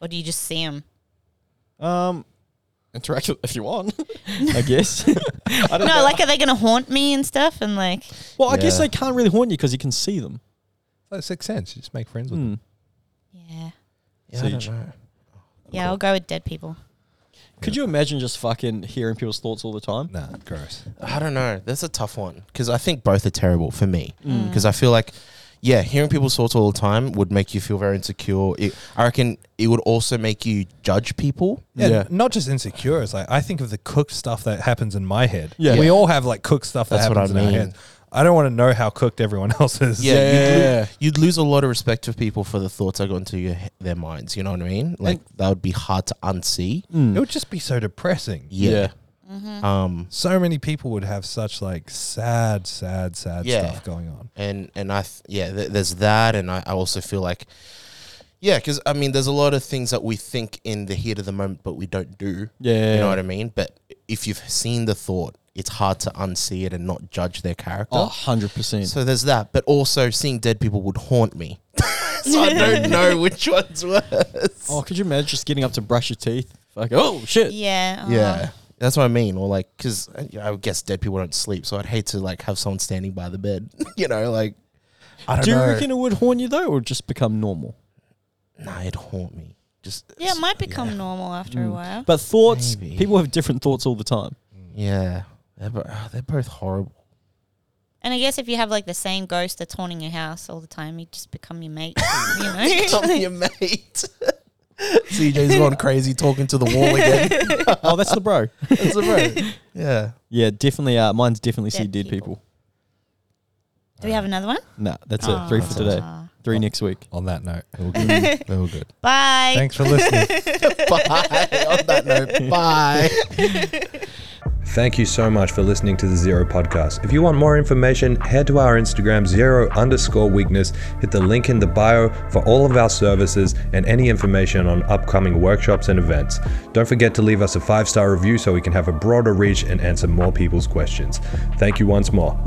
Or do you just see them?
Um, interact with, if you want, I guess. [laughs] I
No,
don't know.
like are they going to haunt me and stuff? And like,
well, I guess
Yeah.
they can't really haunt you because you can see them.
Like Sixth Sense. You just make friends with them.
Hmm.
yeah,
Yeah, I don't
Siege.
know.
yeah, I'll go with dead people.
Could you imagine just fucking hearing people's thoughts all the time?
Nah, gross.
I don't know. That's a tough one because I think both are terrible for me. Because I feel like, yeah, hearing people's thoughts all the time would make you feel very insecure. It, I reckon it would also make you judge people.
Yeah.
Yeah.
Not just insecure. It's like I think of the cooked stuff that happens in my head.
Yeah.
We all have like cooked stuff that
That's what
happens
I
in
mean.
our head. I don't want to know how cooked everyone [laughs] else is.
Yeah, you'd, lo-
Yeah.
you'd lose a lot of respect for people for the thoughts that go into your, he- their minds. You know what I mean? Like that would be hard to unsee.
Hmm. It would just be so depressing.
Yeah. Um.
So many people would have such like sad, sad, sad
Yeah.
stuff going on.
and and I th- yeah, th- there's that, and I, I also feel like yeah, because I mean, there's a lot of things that we think in the heat of the moment, but we don't do.
Yeah.
you know what I mean. But if you've seen the thought, it's hard to unsee it and not judge their character.
A hundred percent.
So there's that, but also seeing dead people would haunt me. [laughs] so I
[laughs]
don't know which one's worse.
Oh, could you imagine just getting up to brush your teeth? Like, oh shit.
Yeah, oh.
Uh, Yeah. That's what I mean, or like, because I guess dead people don't sleep, so I'd hate to like have someone standing by the bed, [laughs] you know, like, I don't
Do you
know.
reckon it would haunt you though, or just become normal?
nah, it'd haunt me. Just
yeah, it might become normal after
Mm.
a while.
But thoughts,
Maybe.
people have different thoughts all the time.
Yeah, they're, bo- ah, they're both horrible.
And I guess if you have like the same ghost that's haunting your house all the time, you just become your mate. [laughs] you
[laughs]
know,
Tell your [laughs] mate. CJ's gone crazy talking to the wall again. [laughs]
oh, that's the bro.
That's a bro. Yeah.
Yeah, definitely. Uh, mine's definitely see
Dead
dead people.
people. do we have another one?
Nah, that's it. Three for today.
Aw.
Three next week.
On that note, they were good. they were good.
Bye.
Thanks for listening.
Bye. On that note, bye.
Thank you so much for listening to the Zero Podcast. If you want more information, head to our Instagram, zero underscore weakness, hit the link in the bio for all of our services and any information on upcoming workshops and events. Don't forget to leave us a five star review so we can have a broader reach and answer more people's questions. Thank you once more.